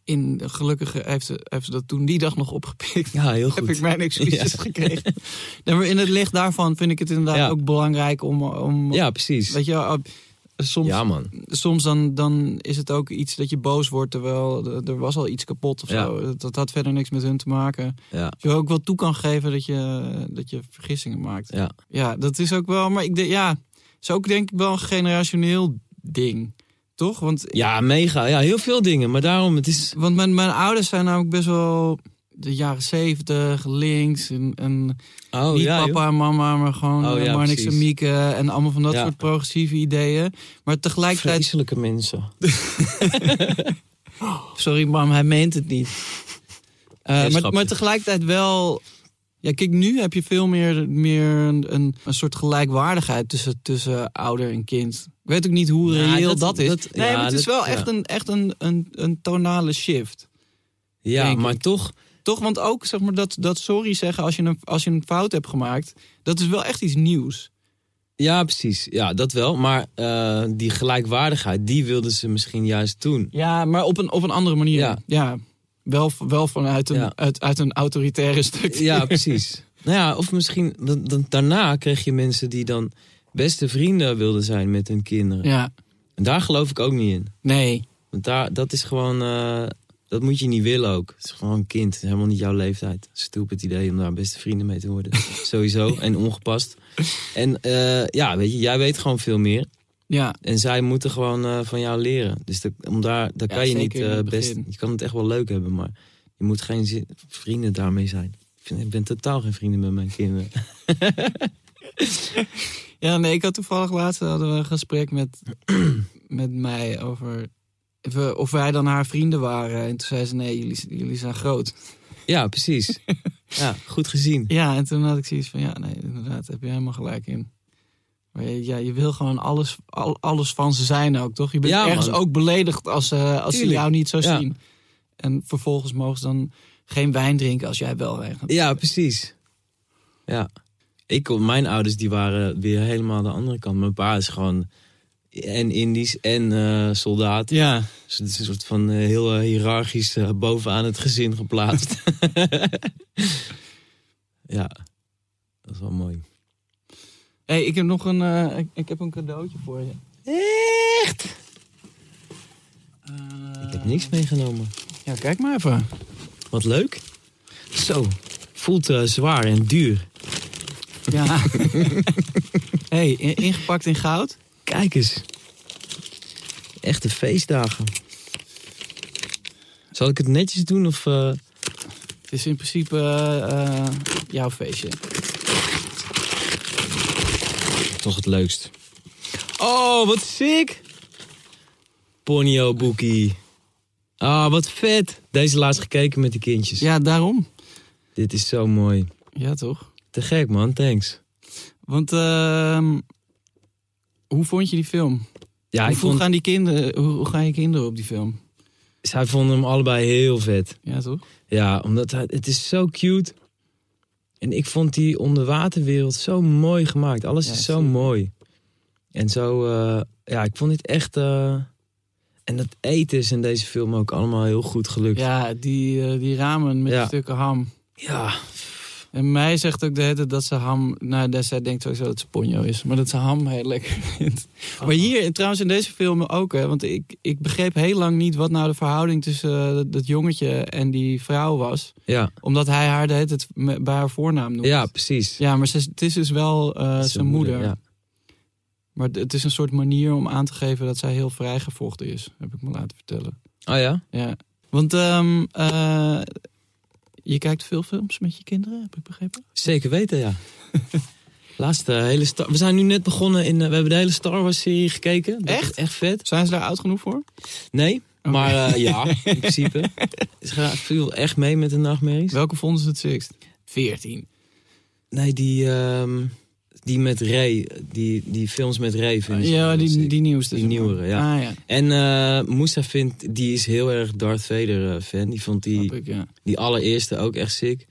[SPEAKER 3] in, gelukkig heeft ze, heeft ze dat toen die dag nog opgepikt.
[SPEAKER 4] Ja, heel
[SPEAKER 3] Heb
[SPEAKER 4] goed.
[SPEAKER 3] ik mijn excuses
[SPEAKER 4] Ja.
[SPEAKER 3] gekregen. Nee, maar in het licht daarvan vind ik het inderdaad
[SPEAKER 4] Ja.
[SPEAKER 3] ook belangrijk om... om
[SPEAKER 4] Ja, precies.
[SPEAKER 3] Weet je, wel, op- soms,
[SPEAKER 4] Ja, man.
[SPEAKER 3] soms dan, dan is het ook iets dat je boos wordt... terwijl er- er was al iets kapot of
[SPEAKER 4] Ja.
[SPEAKER 3] zo. Dat, dat had verder niks met hun te maken.
[SPEAKER 4] Ja.
[SPEAKER 3] Dat je ook wel toe kan geven dat je, dat je vergissingen maakt.
[SPEAKER 4] Ja.
[SPEAKER 3] Ja, dat is ook wel... Maar ik denk, ja, is ook denk ik wel een generationeel ding. Toch? Want
[SPEAKER 4] ja, mega. Ja, heel veel dingen. Maar daarom, het is...
[SPEAKER 3] want mijn, mijn ouders zijn namelijk best wel de jaren zeventig, links. En, en
[SPEAKER 4] Oh,
[SPEAKER 3] niet
[SPEAKER 4] ja, joh.
[SPEAKER 3] papa en mama, maar gewoon
[SPEAKER 4] Oh,
[SPEAKER 3] eh,
[SPEAKER 4] ja,
[SPEAKER 3] Marnix en
[SPEAKER 4] precies.
[SPEAKER 3] Mieke. En allemaal van dat
[SPEAKER 4] Ja.
[SPEAKER 3] soort progressieve ideeën. Maar tegelijkertijd...
[SPEAKER 4] Vreselijke mensen.
[SPEAKER 3] Sorry mam, hij meent het niet. Eh,
[SPEAKER 4] Nee,
[SPEAKER 3] maar,
[SPEAKER 4] schapje.
[SPEAKER 3] maar tegelijkertijd wel... Ja, kijk, nu heb je veel meer, meer een, een, een soort gelijkwaardigheid tussen, tussen ouder en kind. Ik weet ook niet hoe
[SPEAKER 4] Ja,
[SPEAKER 3] reëel dat,
[SPEAKER 4] dat-
[SPEAKER 3] is.
[SPEAKER 4] dat-
[SPEAKER 3] nee,
[SPEAKER 4] ja,
[SPEAKER 3] maar het is
[SPEAKER 4] dat-
[SPEAKER 3] wel
[SPEAKER 4] ja.
[SPEAKER 3] echt, een, echt een, een, een tonale shift.
[SPEAKER 4] Ja,
[SPEAKER 3] Denk
[SPEAKER 4] maar
[SPEAKER 3] ik.
[SPEAKER 4] toch...
[SPEAKER 3] Toch, want ook zeg maar, dat, dat sorry zeggen als je, een, als je een fout hebt gemaakt, dat is wel echt iets nieuws.
[SPEAKER 4] Ja, precies. Ja, dat wel. Maar eh, die gelijkwaardigheid, die wilden ze misschien juist toen.
[SPEAKER 3] Ja, maar op een, op een andere manier. Ja.
[SPEAKER 4] Ja.
[SPEAKER 3] Wel, wel vanuit een,
[SPEAKER 4] Ja.
[SPEAKER 3] uit, uit een autoritaire stuk.
[SPEAKER 4] Ja, precies. nou ja, of misschien... dan- dan- daarna kreeg je mensen die dan beste vrienden wilden zijn met hun kinderen.
[SPEAKER 3] Ja.
[SPEAKER 4] En daar geloof ik ook niet in.
[SPEAKER 3] Nee.
[SPEAKER 4] Want daar, dat is gewoon... eh, dat moet je niet willen ook. Het is gewoon een kind. Het is helemaal niet jouw leeftijd. Stupid idee om daar beste vrienden mee te worden. Sowieso. En ongepast. En eh, ja, weet je, jij weet gewoon veel meer.
[SPEAKER 3] Ja,
[SPEAKER 4] En zij moeten gewoon eh, van jou leren. Dus dat, om daar, daar
[SPEAKER 3] Ja,
[SPEAKER 4] kan je
[SPEAKER 3] zeker
[SPEAKER 4] niet
[SPEAKER 3] in het
[SPEAKER 4] eh, best...
[SPEAKER 3] begin.
[SPEAKER 4] Je kan het echt wel leuk hebben, maar je moet geen zi- vrienden daarmee zijn. Ik, vind, ik ben totaal geen vrienden met mijn kinderen.
[SPEAKER 3] ja nee, ik had toevallig laatst hadden we een gesprek met, met mij over of we- of wij dan haar vrienden waren. En toen zei ze, nee, jullie, jullie zijn groot.
[SPEAKER 4] Ja, precies. Ja, goed gezien.
[SPEAKER 3] Ja, en toen had ik zoiets van, ja, nee, inderdaad, heb je helemaal gelijk in. Maar je- ja, je wil gewoon alles, al, alles van ze zijn ook, toch? Je bent
[SPEAKER 4] Ja,
[SPEAKER 3] ergens
[SPEAKER 4] man.
[SPEAKER 3] ook beledigd als, eh, als ze
[SPEAKER 4] Tuurlijk.
[SPEAKER 3] jou niet zo
[SPEAKER 4] Ja.
[SPEAKER 3] zien. En vervolgens mogen ze dan geen wijn drinken als jij wel wijn gaat.
[SPEAKER 4] Ja, precies. Ja. Ik, mijn ouders die waren weer helemaal de andere kant. Mijn pa is gewoon en Indisch en eh, soldaat.
[SPEAKER 3] Ja,
[SPEAKER 4] Dus het is een soort van eh, heel eh, hiërarchisch eh, bovenaan het gezin geplaatst. ja, dat is wel mooi.
[SPEAKER 3] hey, ik heb nog een, eh, ik, ik heb een cadeautje voor je.
[SPEAKER 4] Echt?
[SPEAKER 3] Eh,
[SPEAKER 4] Ik heb niks meegenomen.
[SPEAKER 3] Ja, kijk maar even.
[SPEAKER 4] Wat leuk. Zo, voelt eh, zwaar en duur.
[SPEAKER 3] Ja. hey, in- ingepakt in goud.
[SPEAKER 4] Kijk eens. Echte feestdagen. Zal ik het netjes doen of... eh,
[SPEAKER 3] Het is in principe eh, eh, jouw feestje.
[SPEAKER 4] Toch het leukst. Oh, wat sick! Ponyo Boekie. Ah, wat vet. Deze laatst gekeken met die kindjes.
[SPEAKER 3] Ja, daarom.
[SPEAKER 4] Dit is zo mooi.
[SPEAKER 3] Ja, toch?
[SPEAKER 4] Te gek, man. Thanks.
[SPEAKER 3] Want ehm, hoe vond je die film?
[SPEAKER 4] Ja,
[SPEAKER 3] hoe,
[SPEAKER 4] ik
[SPEAKER 3] voel
[SPEAKER 4] vond...
[SPEAKER 3] gaan die kinderen, hoe, hoe gaan je kinderen op die film?
[SPEAKER 4] zij vonden hem allebei heel vet.
[SPEAKER 3] Ja, toch?
[SPEAKER 4] Ja, omdat hij, het is zo cute. En ik vond die onderwaterwereld zo mooi gemaakt. Alles
[SPEAKER 3] Ja,
[SPEAKER 4] is
[SPEAKER 3] ik
[SPEAKER 4] zo
[SPEAKER 3] zie het.
[SPEAKER 4] mooi. En zo, eh, ja, ik vond dit echt... eh, en dat eten is in deze film ook allemaal heel goed gelukt.
[SPEAKER 3] Ja, die, eh, die ramen met
[SPEAKER 4] Ja.
[SPEAKER 3] die stukken ham.
[SPEAKER 4] ja.
[SPEAKER 3] En mij zegt ook de hele tijd dat ze ham... Nou, Dessa denkt sowieso dat ze ponjo is. Maar dat ze ham heel lekker vindt.
[SPEAKER 4] Oh.
[SPEAKER 3] Maar hier, trouwens in deze film ook. Hè, want ik, ik begreep heel lang niet wat nou de verhouding tussen eh, dat, dat jongetje en die vrouw was.
[SPEAKER 4] Ja,
[SPEAKER 3] Omdat hij haar de hele tijd me- bij haar voornaam noemt.
[SPEAKER 4] ja precies.
[SPEAKER 3] Ja, maar ze, het is dus wel eh, zijn moeder.
[SPEAKER 4] ja.
[SPEAKER 3] Maar d- het is een soort manier om aan te geven dat zij heel vrijgevochten is. Heb ik me laten vertellen.
[SPEAKER 4] Oh ja?
[SPEAKER 3] Ja. Want ehm, eh, je kijkt veel films met je kinderen, heb ik begrepen?
[SPEAKER 4] Zeker weten, ja. Laatste hele Star... We zijn nu net begonnen in... eh, we hebben de hele Star Wars-serie gekeken. Dat
[SPEAKER 3] Echt?
[SPEAKER 4] is Echt vet.
[SPEAKER 3] Zijn ze daar oud genoeg voor?
[SPEAKER 4] Nee,
[SPEAKER 3] Oké.
[SPEAKER 4] maar eh, ja, in principe. Ze viel echt mee met de nachtmerries.
[SPEAKER 3] Welke vonden ze het sixth? 14.
[SPEAKER 4] Nee, die, ehm, die met Ray, die, die films met Ray vinden ze
[SPEAKER 3] ja,
[SPEAKER 4] heel
[SPEAKER 3] die,
[SPEAKER 4] sick.
[SPEAKER 3] die nieuwste.
[SPEAKER 4] Die
[SPEAKER 3] zeg maar.
[SPEAKER 4] nieuwere, ja.
[SPEAKER 3] Ah ja,
[SPEAKER 4] En eh Moussa vindt, die is heel erg Darth Vader eh, fan. Die vond die,
[SPEAKER 3] snap ik, ja.
[SPEAKER 4] die allereerste ook echt sick.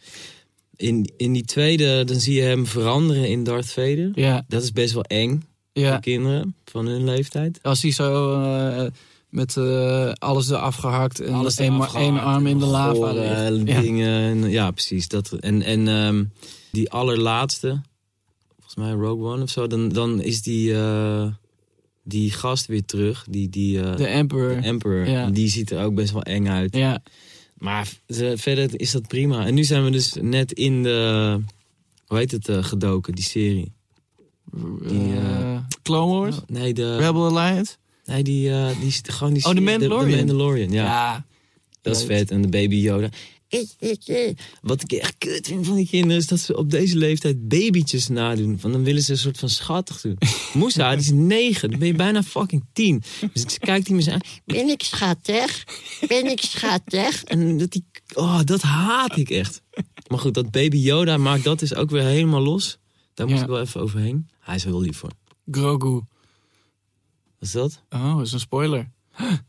[SPEAKER 4] In, in die tweede, dan zie je hem veranderen in Darth Vader.
[SPEAKER 3] Ja,
[SPEAKER 4] Dat is best wel eng
[SPEAKER 3] ja.
[SPEAKER 4] voor kinderen van hun leeftijd.
[SPEAKER 3] Als hij zo eh, met eh, alles eraf gehakt en
[SPEAKER 4] Alles
[SPEAKER 3] één,
[SPEAKER 4] eraf
[SPEAKER 3] maar één
[SPEAKER 4] gehakt
[SPEAKER 3] arm in de lava
[SPEAKER 4] Gore,
[SPEAKER 3] ligt.
[SPEAKER 4] eh,
[SPEAKER 3] Ja.
[SPEAKER 4] dingen. en- Ja, precies. Dat, en en ehm, die allerlaatste, volgens mij Rogue One of zo, dan, dan is die, eh, die gast weer terug. Die, die eh,
[SPEAKER 3] De Emperor.
[SPEAKER 4] Emperor.
[SPEAKER 3] Ja.
[SPEAKER 4] Die ziet er ook best wel eng uit.
[SPEAKER 3] ja.
[SPEAKER 4] Maar ze- verder is dat prima. En nu zijn we dus net in de, hoe heet het, eh, gedoken, die serie. Die, eh,
[SPEAKER 3] Eh, Clone Wars.
[SPEAKER 4] Nee, de,
[SPEAKER 3] Rebel Alliance.
[SPEAKER 4] nee die, eh, die, gewoon die
[SPEAKER 3] Oh, de
[SPEAKER 4] serie- De,
[SPEAKER 3] Mandalorian.
[SPEAKER 4] Mandalorian, ja.
[SPEAKER 3] ja.
[SPEAKER 4] Dat is vet. En de baby Yoda. Wat ik echt kut vind van die kinderen is dat ze op deze leeftijd babytjes nadoen. Want dan willen ze een soort van schattig doen. Moussa, die is negen. Dan ben je bijna fucking tien. Dus ze kijkt hij me zo aan. Ben ik schattig? Ben ik schattig? En dat die... Oh, dat haat ik echt. Maar goed, dat baby Yoda maakt dat dus ook weer helemaal los. Daar moet
[SPEAKER 3] Ja.
[SPEAKER 4] ik wel even overheen. Hij is er heel lief voor.
[SPEAKER 3] Grogu.
[SPEAKER 4] Wat is dat?
[SPEAKER 3] Oh, is een spoiler.
[SPEAKER 4] Ik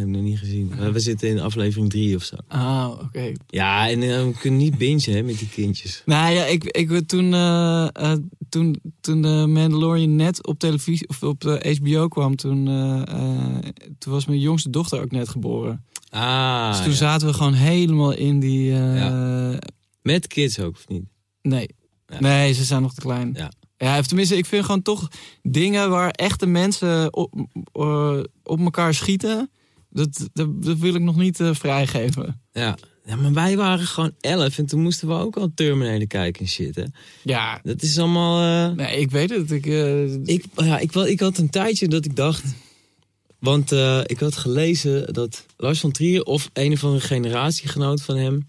[SPEAKER 4] heb hem nog niet gezien. Maar We zitten in aflevering drie of zo.
[SPEAKER 3] Ah, oké.
[SPEAKER 4] Ja, en eh, we kunnen niet bingen hè, met die kindjes.
[SPEAKER 3] Nou ja, ik, ik, toen, eh, eh, toen, toen de Mandalorian net op televisie of op eh, HBO kwam, toen, eh, eh, toen was mijn jongste dochter ook net geboren.
[SPEAKER 4] Ah,
[SPEAKER 3] dus toen
[SPEAKER 4] ja.
[SPEAKER 3] zaten we gewoon helemaal in die. eh,
[SPEAKER 4] met kids ook, of niet?
[SPEAKER 3] Nee.
[SPEAKER 4] Ja.
[SPEAKER 3] Nee, ze zijn nog te klein.
[SPEAKER 4] Ja.
[SPEAKER 3] Ja, of tenminste, ik vind gewoon toch dingen waar echte mensen op, eh, op elkaar schieten. Dat, dat, dat wil ik nog niet eh, vrijgeven.
[SPEAKER 4] Ja. ja, maar wij waren gewoon elf en toen moesten we ook al Terminator kijken en shit, hè.
[SPEAKER 3] Ja,
[SPEAKER 4] Dat is allemaal... eh,
[SPEAKER 3] nee, ik weet het. Ik, eh,
[SPEAKER 4] Ik, ja, ik, wa- ik had een tijdje dat ik dacht... Want eh, ik had gelezen dat Lars van Trier of een of andere generatiegenoot van hem...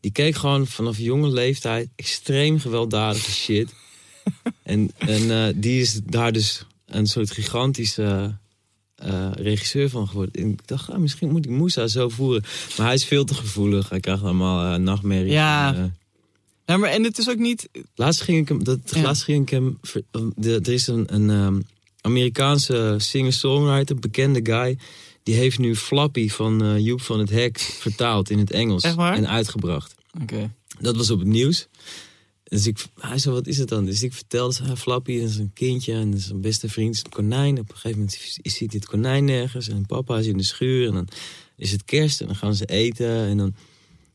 [SPEAKER 4] Die keek gewoon vanaf jonge leeftijd extreem gewelddadige shit. en en eh, die is daar dus een soort gigantische eh, regisseur van geworden. En ik dacht, ah, misschien moet ik Moussa zo voeren. Maar hij is veel te gevoelig. Hij krijgt allemaal eh, nachtmerries.
[SPEAKER 3] Ja.
[SPEAKER 4] En, eh,
[SPEAKER 3] Ja, maar en het is ook niet.
[SPEAKER 4] Laatst ging ik hem, dat,
[SPEAKER 3] Ja.
[SPEAKER 4] laatst ging ik hem ver- um, de, er is een, een ehm, Amerikaanse singer-songwriter, bekende guy, die heeft nu Flappy van eh, Joep van het Hek vertaald in het Engels
[SPEAKER 3] Echt waar?
[SPEAKER 4] en uitgebracht.
[SPEAKER 3] Oké.
[SPEAKER 4] Dat was op het nieuws. Dus ik, hij zei, wat is het dan? Dus ik vertelde, ze, ah, Flappy dat is een kindje en dat is zijn beste vriend, is een konijn. Op een gegeven moment is- ziet hij het konijn nergens en papa is in de schuur en dan is het kerst en dan gaan ze eten. En dan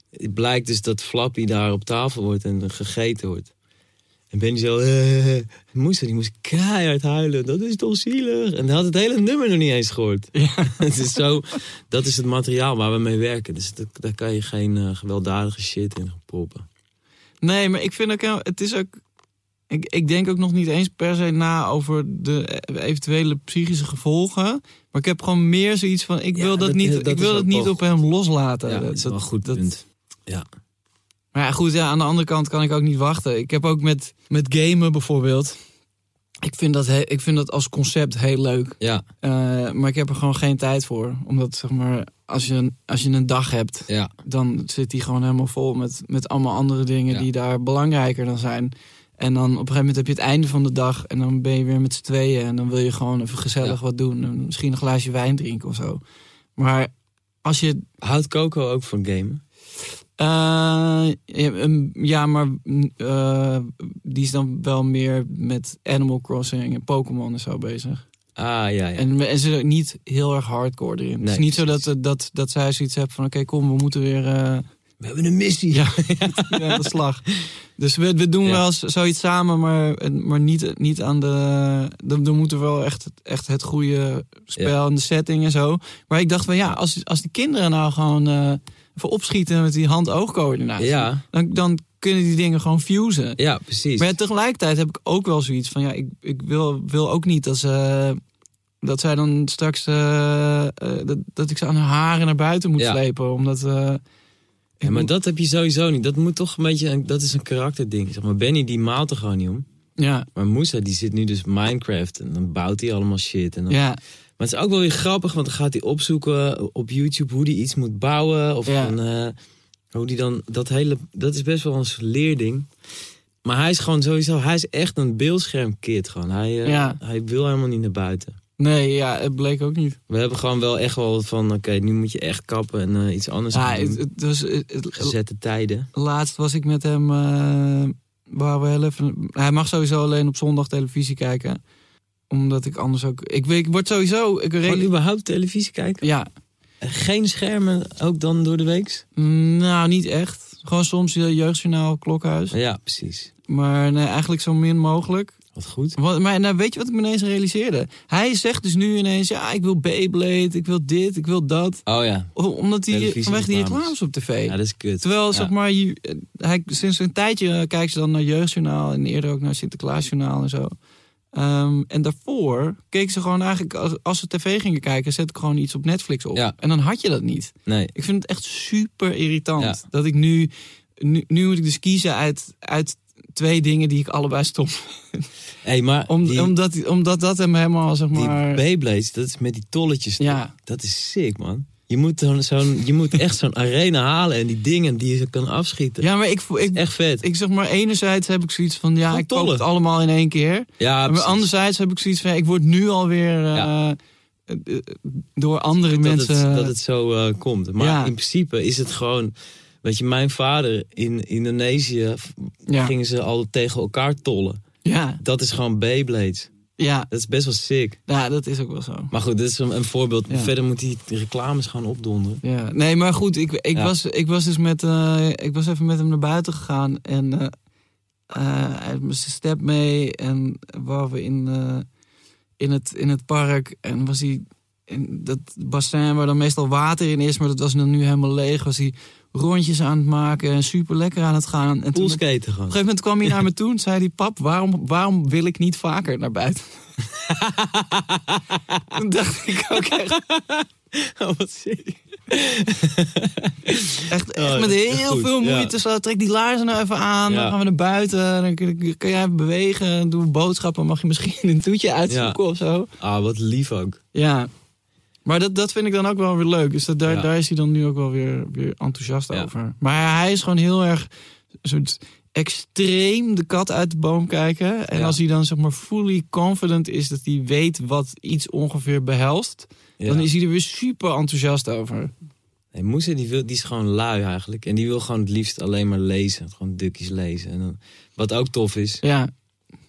[SPEAKER 4] het blijkt dus dat Flappy daar op tafel wordt en dan gegeten wordt. En Benny zo, eh, moest die moest keihard huilen. Dat is toch zielig? En hij had het hele nummer nog niet eens gehoord. het is zo, dat is het materiaal waar we mee werken. Dus dat, daar kan je geen eh, gewelddadige shit in proppen.
[SPEAKER 3] Nee, maar ik vind ook. heel- Het is ook. Ik, ik denk ook nog niet eens per se na over de eventuele psychische gevolgen. Maar ik heb gewoon meer zoiets van. Ik
[SPEAKER 4] Ja,
[SPEAKER 3] wil dat,
[SPEAKER 4] dat-
[SPEAKER 3] niet,
[SPEAKER 4] dat
[SPEAKER 3] ik
[SPEAKER 4] is
[SPEAKER 3] wil
[SPEAKER 4] wel
[SPEAKER 3] dat niet
[SPEAKER 4] wel
[SPEAKER 3] op hem loslaten.
[SPEAKER 4] Ja, dat is wel een goed
[SPEAKER 3] dat-
[SPEAKER 4] punt.
[SPEAKER 3] Maar ja, goed, ja, aan de andere kant kan ik ook niet wachten. Ik heb ook met, met gamen bijvoorbeeld. Ik vind, dat he- ik vind dat als concept heel leuk.
[SPEAKER 4] Ja,
[SPEAKER 3] Eh, maar ik heb er gewoon geen tijd voor. Omdat zeg maar, als je, een- als je een dag hebt,
[SPEAKER 4] ja.
[SPEAKER 3] dan zit die gewoon helemaal vol met, met allemaal andere dingen
[SPEAKER 4] Ja.
[SPEAKER 3] die daar belangrijker dan zijn. En dan op een gegeven moment heb je het einde van de dag en dan ben je weer met z'n tweeën. En dan wil je gewoon even gezellig
[SPEAKER 4] Ja.
[SPEAKER 3] wat doen. En misschien een glaasje wijn drinken of zo. Maar als je
[SPEAKER 4] Houdt Coco ook van gamen?
[SPEAKER 3] Eh, ja, een- ja, maar mm, eh, die is dan wel meer met Animal Crossing en Pokémon en zo bezig.
[SPEAKER 4] Ah, ja, ja.
[SPEAKER 3] En, en ze is ook niet heel erg hardcore erin. het is
[SPEAKER 4] Nee,
[SPEAKER 3] niet
[SPEAKER 4] precies.
[SPEAKER 3] zo dat, dat, dat zij zoiets hebben van... oké, kom, we moeten weer eh,
[SPEAKER 4] We hebben een missie.
[SPEAKER 3] Ja. weer aan de slag. Dus we, we doen
[SPEAKER 4] Ja.
[SPEAKER 3] wel eens zoiets samen, maar, maar niet, niet aan de... Dan, dan moeten we wel echt, echt het goede spel en de setting en zo. Maar ik dacht van ja, als, als de kinderen nou gewoon... eh even opschieten met die hand-oogcoördinatie
[SPEAKER 4] ja,
[SPEAKER 3] dan, dan kunnen die dingen gewoon fusen.
[SPEAKER 4] ja, precies.
[SPEAKER 3] Maar ja, tegelijkertijd heb ik ook wel zoiets van, ja, ik, ik wil, wil ook niet dat ze... Dat zij dan straks, eh, eh, dat, dat ik ze aan haar haren naar buiten moet
[SPEAKER 4] Ja.
[SPEAKER 3] slepen. Omdat, eh, ik
[SPEAKER 4] Ja, maar
[SPEAKER 3] moet-
[SPEAKER 4] dat heb je sowieso niet. Dat moet toch een beetje, een- dat is een karakterding. Zeg maar, Benny die maalt er gewoon niet om.
[SPEAKER 3] ja,
[SPEAKER 4] Maar Moesa die zit nu dus Minecraft en dan bouwt hij allemaal shit. En dan...
[SPEAKER 3] ja,
[SPEAKER 4] Maar het is ook wel weer grappig, want dan gaat hij opzoeken op YouTube hoe hij iets moet bouwen. Of
[SPEAKER 3] Ja.
[SPEAKER 4] van, eh, hoe die dan, dat hele, dat is best wel ons leerding. Maar hij is gewoon sowieso, hij is echt een beeldschermkid gewoon. Hij, eh,
[SPEAKER 3] Ja.
[SPEAKER 4] hij wil helemaal niet naar buiten.
[SPEAKER 3] nee, ja, het bleek ook niet.
[SPEAKER 4] We hebben gewoon wel echt wel van, oké, nu moet je echt kappen en eh, iets anders
[SPEAKER 3] Ja,
[SPEAKER 4] gaan doen.
[SPEAKER 3] het, het was, het- het-
[SPEAKER 4] Gezette tijden.
[SPEAKER 3] laatst was ik met hem. eh, waar we heel even. Hij mag sowieso alleen op zondag televisie kijken. Omdat ik anders ook. Ik, weet- ik word sowieso. Ik
[SPEAKER 4] Gewoon
[SPEAKER 3] reden,
[SPEAKER 4] überhaupt televisie kijken?
[SPEAKER 3] ja,
[SPEAKER 4] Geen schermen, ook dan door de week?
[SPEAKER 3] Mm, Nou, niet echt. Gewoon soms je jeugdjournaal, klokhuis.
[SPEAKER 4] Ja, precies.
[SPEAKER 3] Maar nee, eigenlijk zo min mogelijk.
[SPEAKER 4] Wat goed.
[SPEAKER 3] Wat, maar nou, weet je wat ik me ineens realiseerde? Hij zegt dus nu ineens, ja, ik wil Beyblade, ik wil dit, ik wil dat.
[SPEAKER 4] Oh ja,
[SPEAKER 3] O- Omdat hij
[SPEAKER 4] Televisie
[SPEAKER 3] vanwege die
[SPEAKER 4] reclames.
[SPEAKER 3] reclames op tv.
[SPEAKER 4] ja dat is kut.
[SPEAKER 3] Terwijl,
[SPEAKER 4] Ja.
[SPEAKER 3] zeg maar, je- eh, hij, sinds een tijdje eh, kijkt ze dan naar Jeugdjournaal en eerder ook naar Sinterklaasjournaal en zo. Ehm, en daarvoor keek ze gewoon eigenlijk, als, als ze tv gingen kijken, zet ik gewoon iets op Netflix op.
[SPEAKER 4] Ja.
[SPEAKER 3] En dan had je dat niet.
[SPEAKER 4] Nee,
[SPEAKER 3] Ik vind het echt super irritant.
[SPEAKER 4] Ja.
[SPEAKER 3] Dat ik nu, nu, nu moet ik dus kiezen uit, uit twee dingen die ik allebei stom.
[SPEAKER 4] hey, maar
[SPEAKER 3] Om,
[SPEAKER 4] die,
[SPEAKER 3] omdat, omdat dat hem helemaal, zeg
[SPEAKER 4] die
[SPEAKER 3] maar...
[SPEAKER 4] Beyblades, dat is met die tolletjes.
[SPEAKER 3] Ja.
[SPEAKER 4] Dat is sick, man. Je moet, dan zo'n, je moet echt zo'n arena halen en die dingen die je kan afschieten.
[SPEAKER 3] ja, maar ik, voel- ik,
[SPEAKER 4] Echt vet.
[SPEAKER 3] ik zeg maar, enerzijds heb ik zoiets van, ja,
[SPEAKER 4] Gewoon
[SPEAKER 3] ik koop
[SPEAKER 4] tollen.
[SPEAKER 3] het allemaal in één keer.
[SPEAKER 4] ja,
[SPEAKER 3] maar
[SPEAKER 4] precies.
[SPEAKER 3] anderzijds heb ik zoiets van, ja, ik word nu alweer eh,
[SPEAKER 4] Ja.
[SPEAKER 3] eh, eh, door andere
[SPEAKER 4] dat,
[SPEAKER 3] mensen...
[SPEAKER 4] het, dat het zo eh, komt. Maar
[SPEAKER 3] Ja.
[SPEAKER 4] in principe is het gewoon... Weet je, mijn vader in Indonesië v-
[SPEAKER 3] Ja.
[SPEAKER 4] gingen ze al tegen elkaar tollen.
[SPEAKER 3] ja,
[SPEAKER 4] Dat is gewoon Beyblades.
[SPEAKER 3] ja,
[SPEAKER 4] Dat is best wel sick.
[SPEAKER 3] ja, dat is ook wel zo.
[SPEAKER 4] Maar goed, dit is een, een voorbeeld.
[SPEAKER 3] Ja.
[SPEAKER 4] Verder moet die reclames gaan opdonderen.
[SPEAKER 3] Ja, nee, maar goed, ik, ik,
[SPEAKER 4] Ja.
[SPEAKER 3] was, ik was dus met, eh, ik was even met hem naar buiten gegaan en eh, eh, hij had mijn step mee en waren we in, eh, in, het, in het park en was hij in dat bassin waar dan meestal water in is, maar dat was dan nu helemaal leeg, was hij rondjes aan het maken en super lekker aan het gaan. En toen op een
[SPEAKER 4] Poolskaten gewoon.
[SPEAKER 3] gegeven moment kwam hij naar me toe en zei hij, pap, waarom, waarom wil ik niet vaker naar buiten? toen dacht ik ook echt,
[SPEAKER 4] Oh, wat sick.
[SPEAKER 3] Echt,
[SPEAKER 4] Oh,
[SPEAKER 3] echt
[SPEAKER 4] dat
[SPEAKER 3] met
[SPEAKER 4] is echt
[SPEAKER 3] heel
[SPEAKER 4] goed,
[SPEAKER 3] veel
[SPEAKER 4] ja.
[SPEAKER 3] moeite. Zo, trek die laarzen nou even aan.
[SPEAKER 4] Ja.
[SPEAKER 3] Dan gaan we naar buiten. Dan kun, dan kun jij even bewegen. Doe boodschappen. Mag je misschien een toetje uitzoeken of zo.
[SPEAKER 4] Ah, wat lief ook.
[SPEAKER 3] Ja. Maar dat, dat vind ik dan ook wel weer leuk. Dus dat, daar,
[SPEAKER 4] Ja.
[SPEAKER 3] daar is hij dan nu ook wel weer, weer enthousiast
[SPEAKER 4] Ja.
[SPEAKER 3] over. Maar hij is gewoon heel erg een soort extreem de kat uit de boom kijken. En
[SPEAKER 4] Ja.
[SPEAKER 3] als hij dan zeg maar fully confident is dat hij weet wat iets ongeveer behelst.
[SPEAKER 4] Ja.
[SPEAKER 3] Dan is hij er weer super enthousiast over.
[SPEAKER 4] Nee, Moesa die, wil, die is gewoon lui eigenlijk. En die wil gewoon het liefst alleen maar lezen. Gewoon dukjes lezen. En dan, wat ook tof is.
[SPEAKER 3] Ja,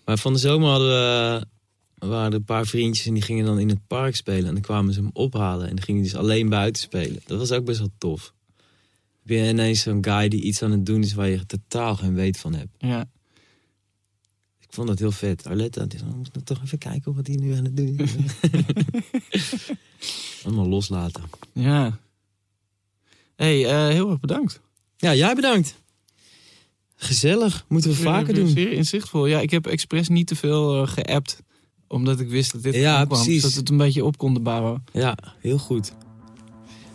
[SPEAKER 4] Maar van de zomer hadden we, waren er een paar vriendjes en die gingen dan in het park spelen. En dan kwamen ze hem ophalen. En dan gingen die dus alleen buiten spelen. Dat was ook best wel tof. Heb je ineens zo'n guy die iets aan het doen is waar je totaal geen weet van hebt.
[SPEAKER 3] ja.
[SPEAKER 4] Ik vond dat heel vet. Arletta, die zei, "Oh, we moeten toch even kijken wat hij nu aan het doen is. Allemaal loslaten.
[SPEAKER 3] Ja. hey, eh, heel erg bedankt.
[SPEAKER 4] Ja, jij bedankt. Gezellig. Moeten we vaker doen.
[SPEAKER 3] Zeer inzichtvol. Ja, ik heb expres niet te veel eh, geappt. Omdat ik wist dat dit
[SPEAKER 4] Ja,
[SPEAKER 3] eraan kwam.
[SPEAKER 4] precies.
[SPEAKER 3] Zodat we het een beetje op konden bouwen.
[SPEAKER 4] Ja, heel goed.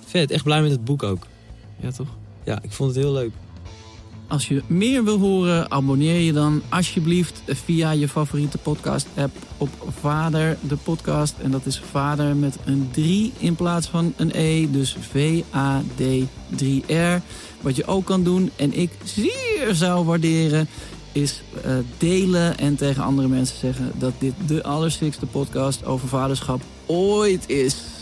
[SPEAKER 4] Vet, echt blij met het boek ook.
[SPEAKER 3] Ja, toch?
[SPEAKER 4] Ja, ik vond het heel leuk.
[SPEAKER 2] Als je meer wil horen, abonneer je dan alsjeblieft via je favoriete podcast-app op Vader de Podcast. En dat is Vader met een 3 in plaats van een E, dus V-A-D-3-R. Wat je ook kan doen, en ik zeer zou waarderen, is eh, delen en tegen andere mensen zeggen dat dit de allerstikste podcast over vaderschap ooit is.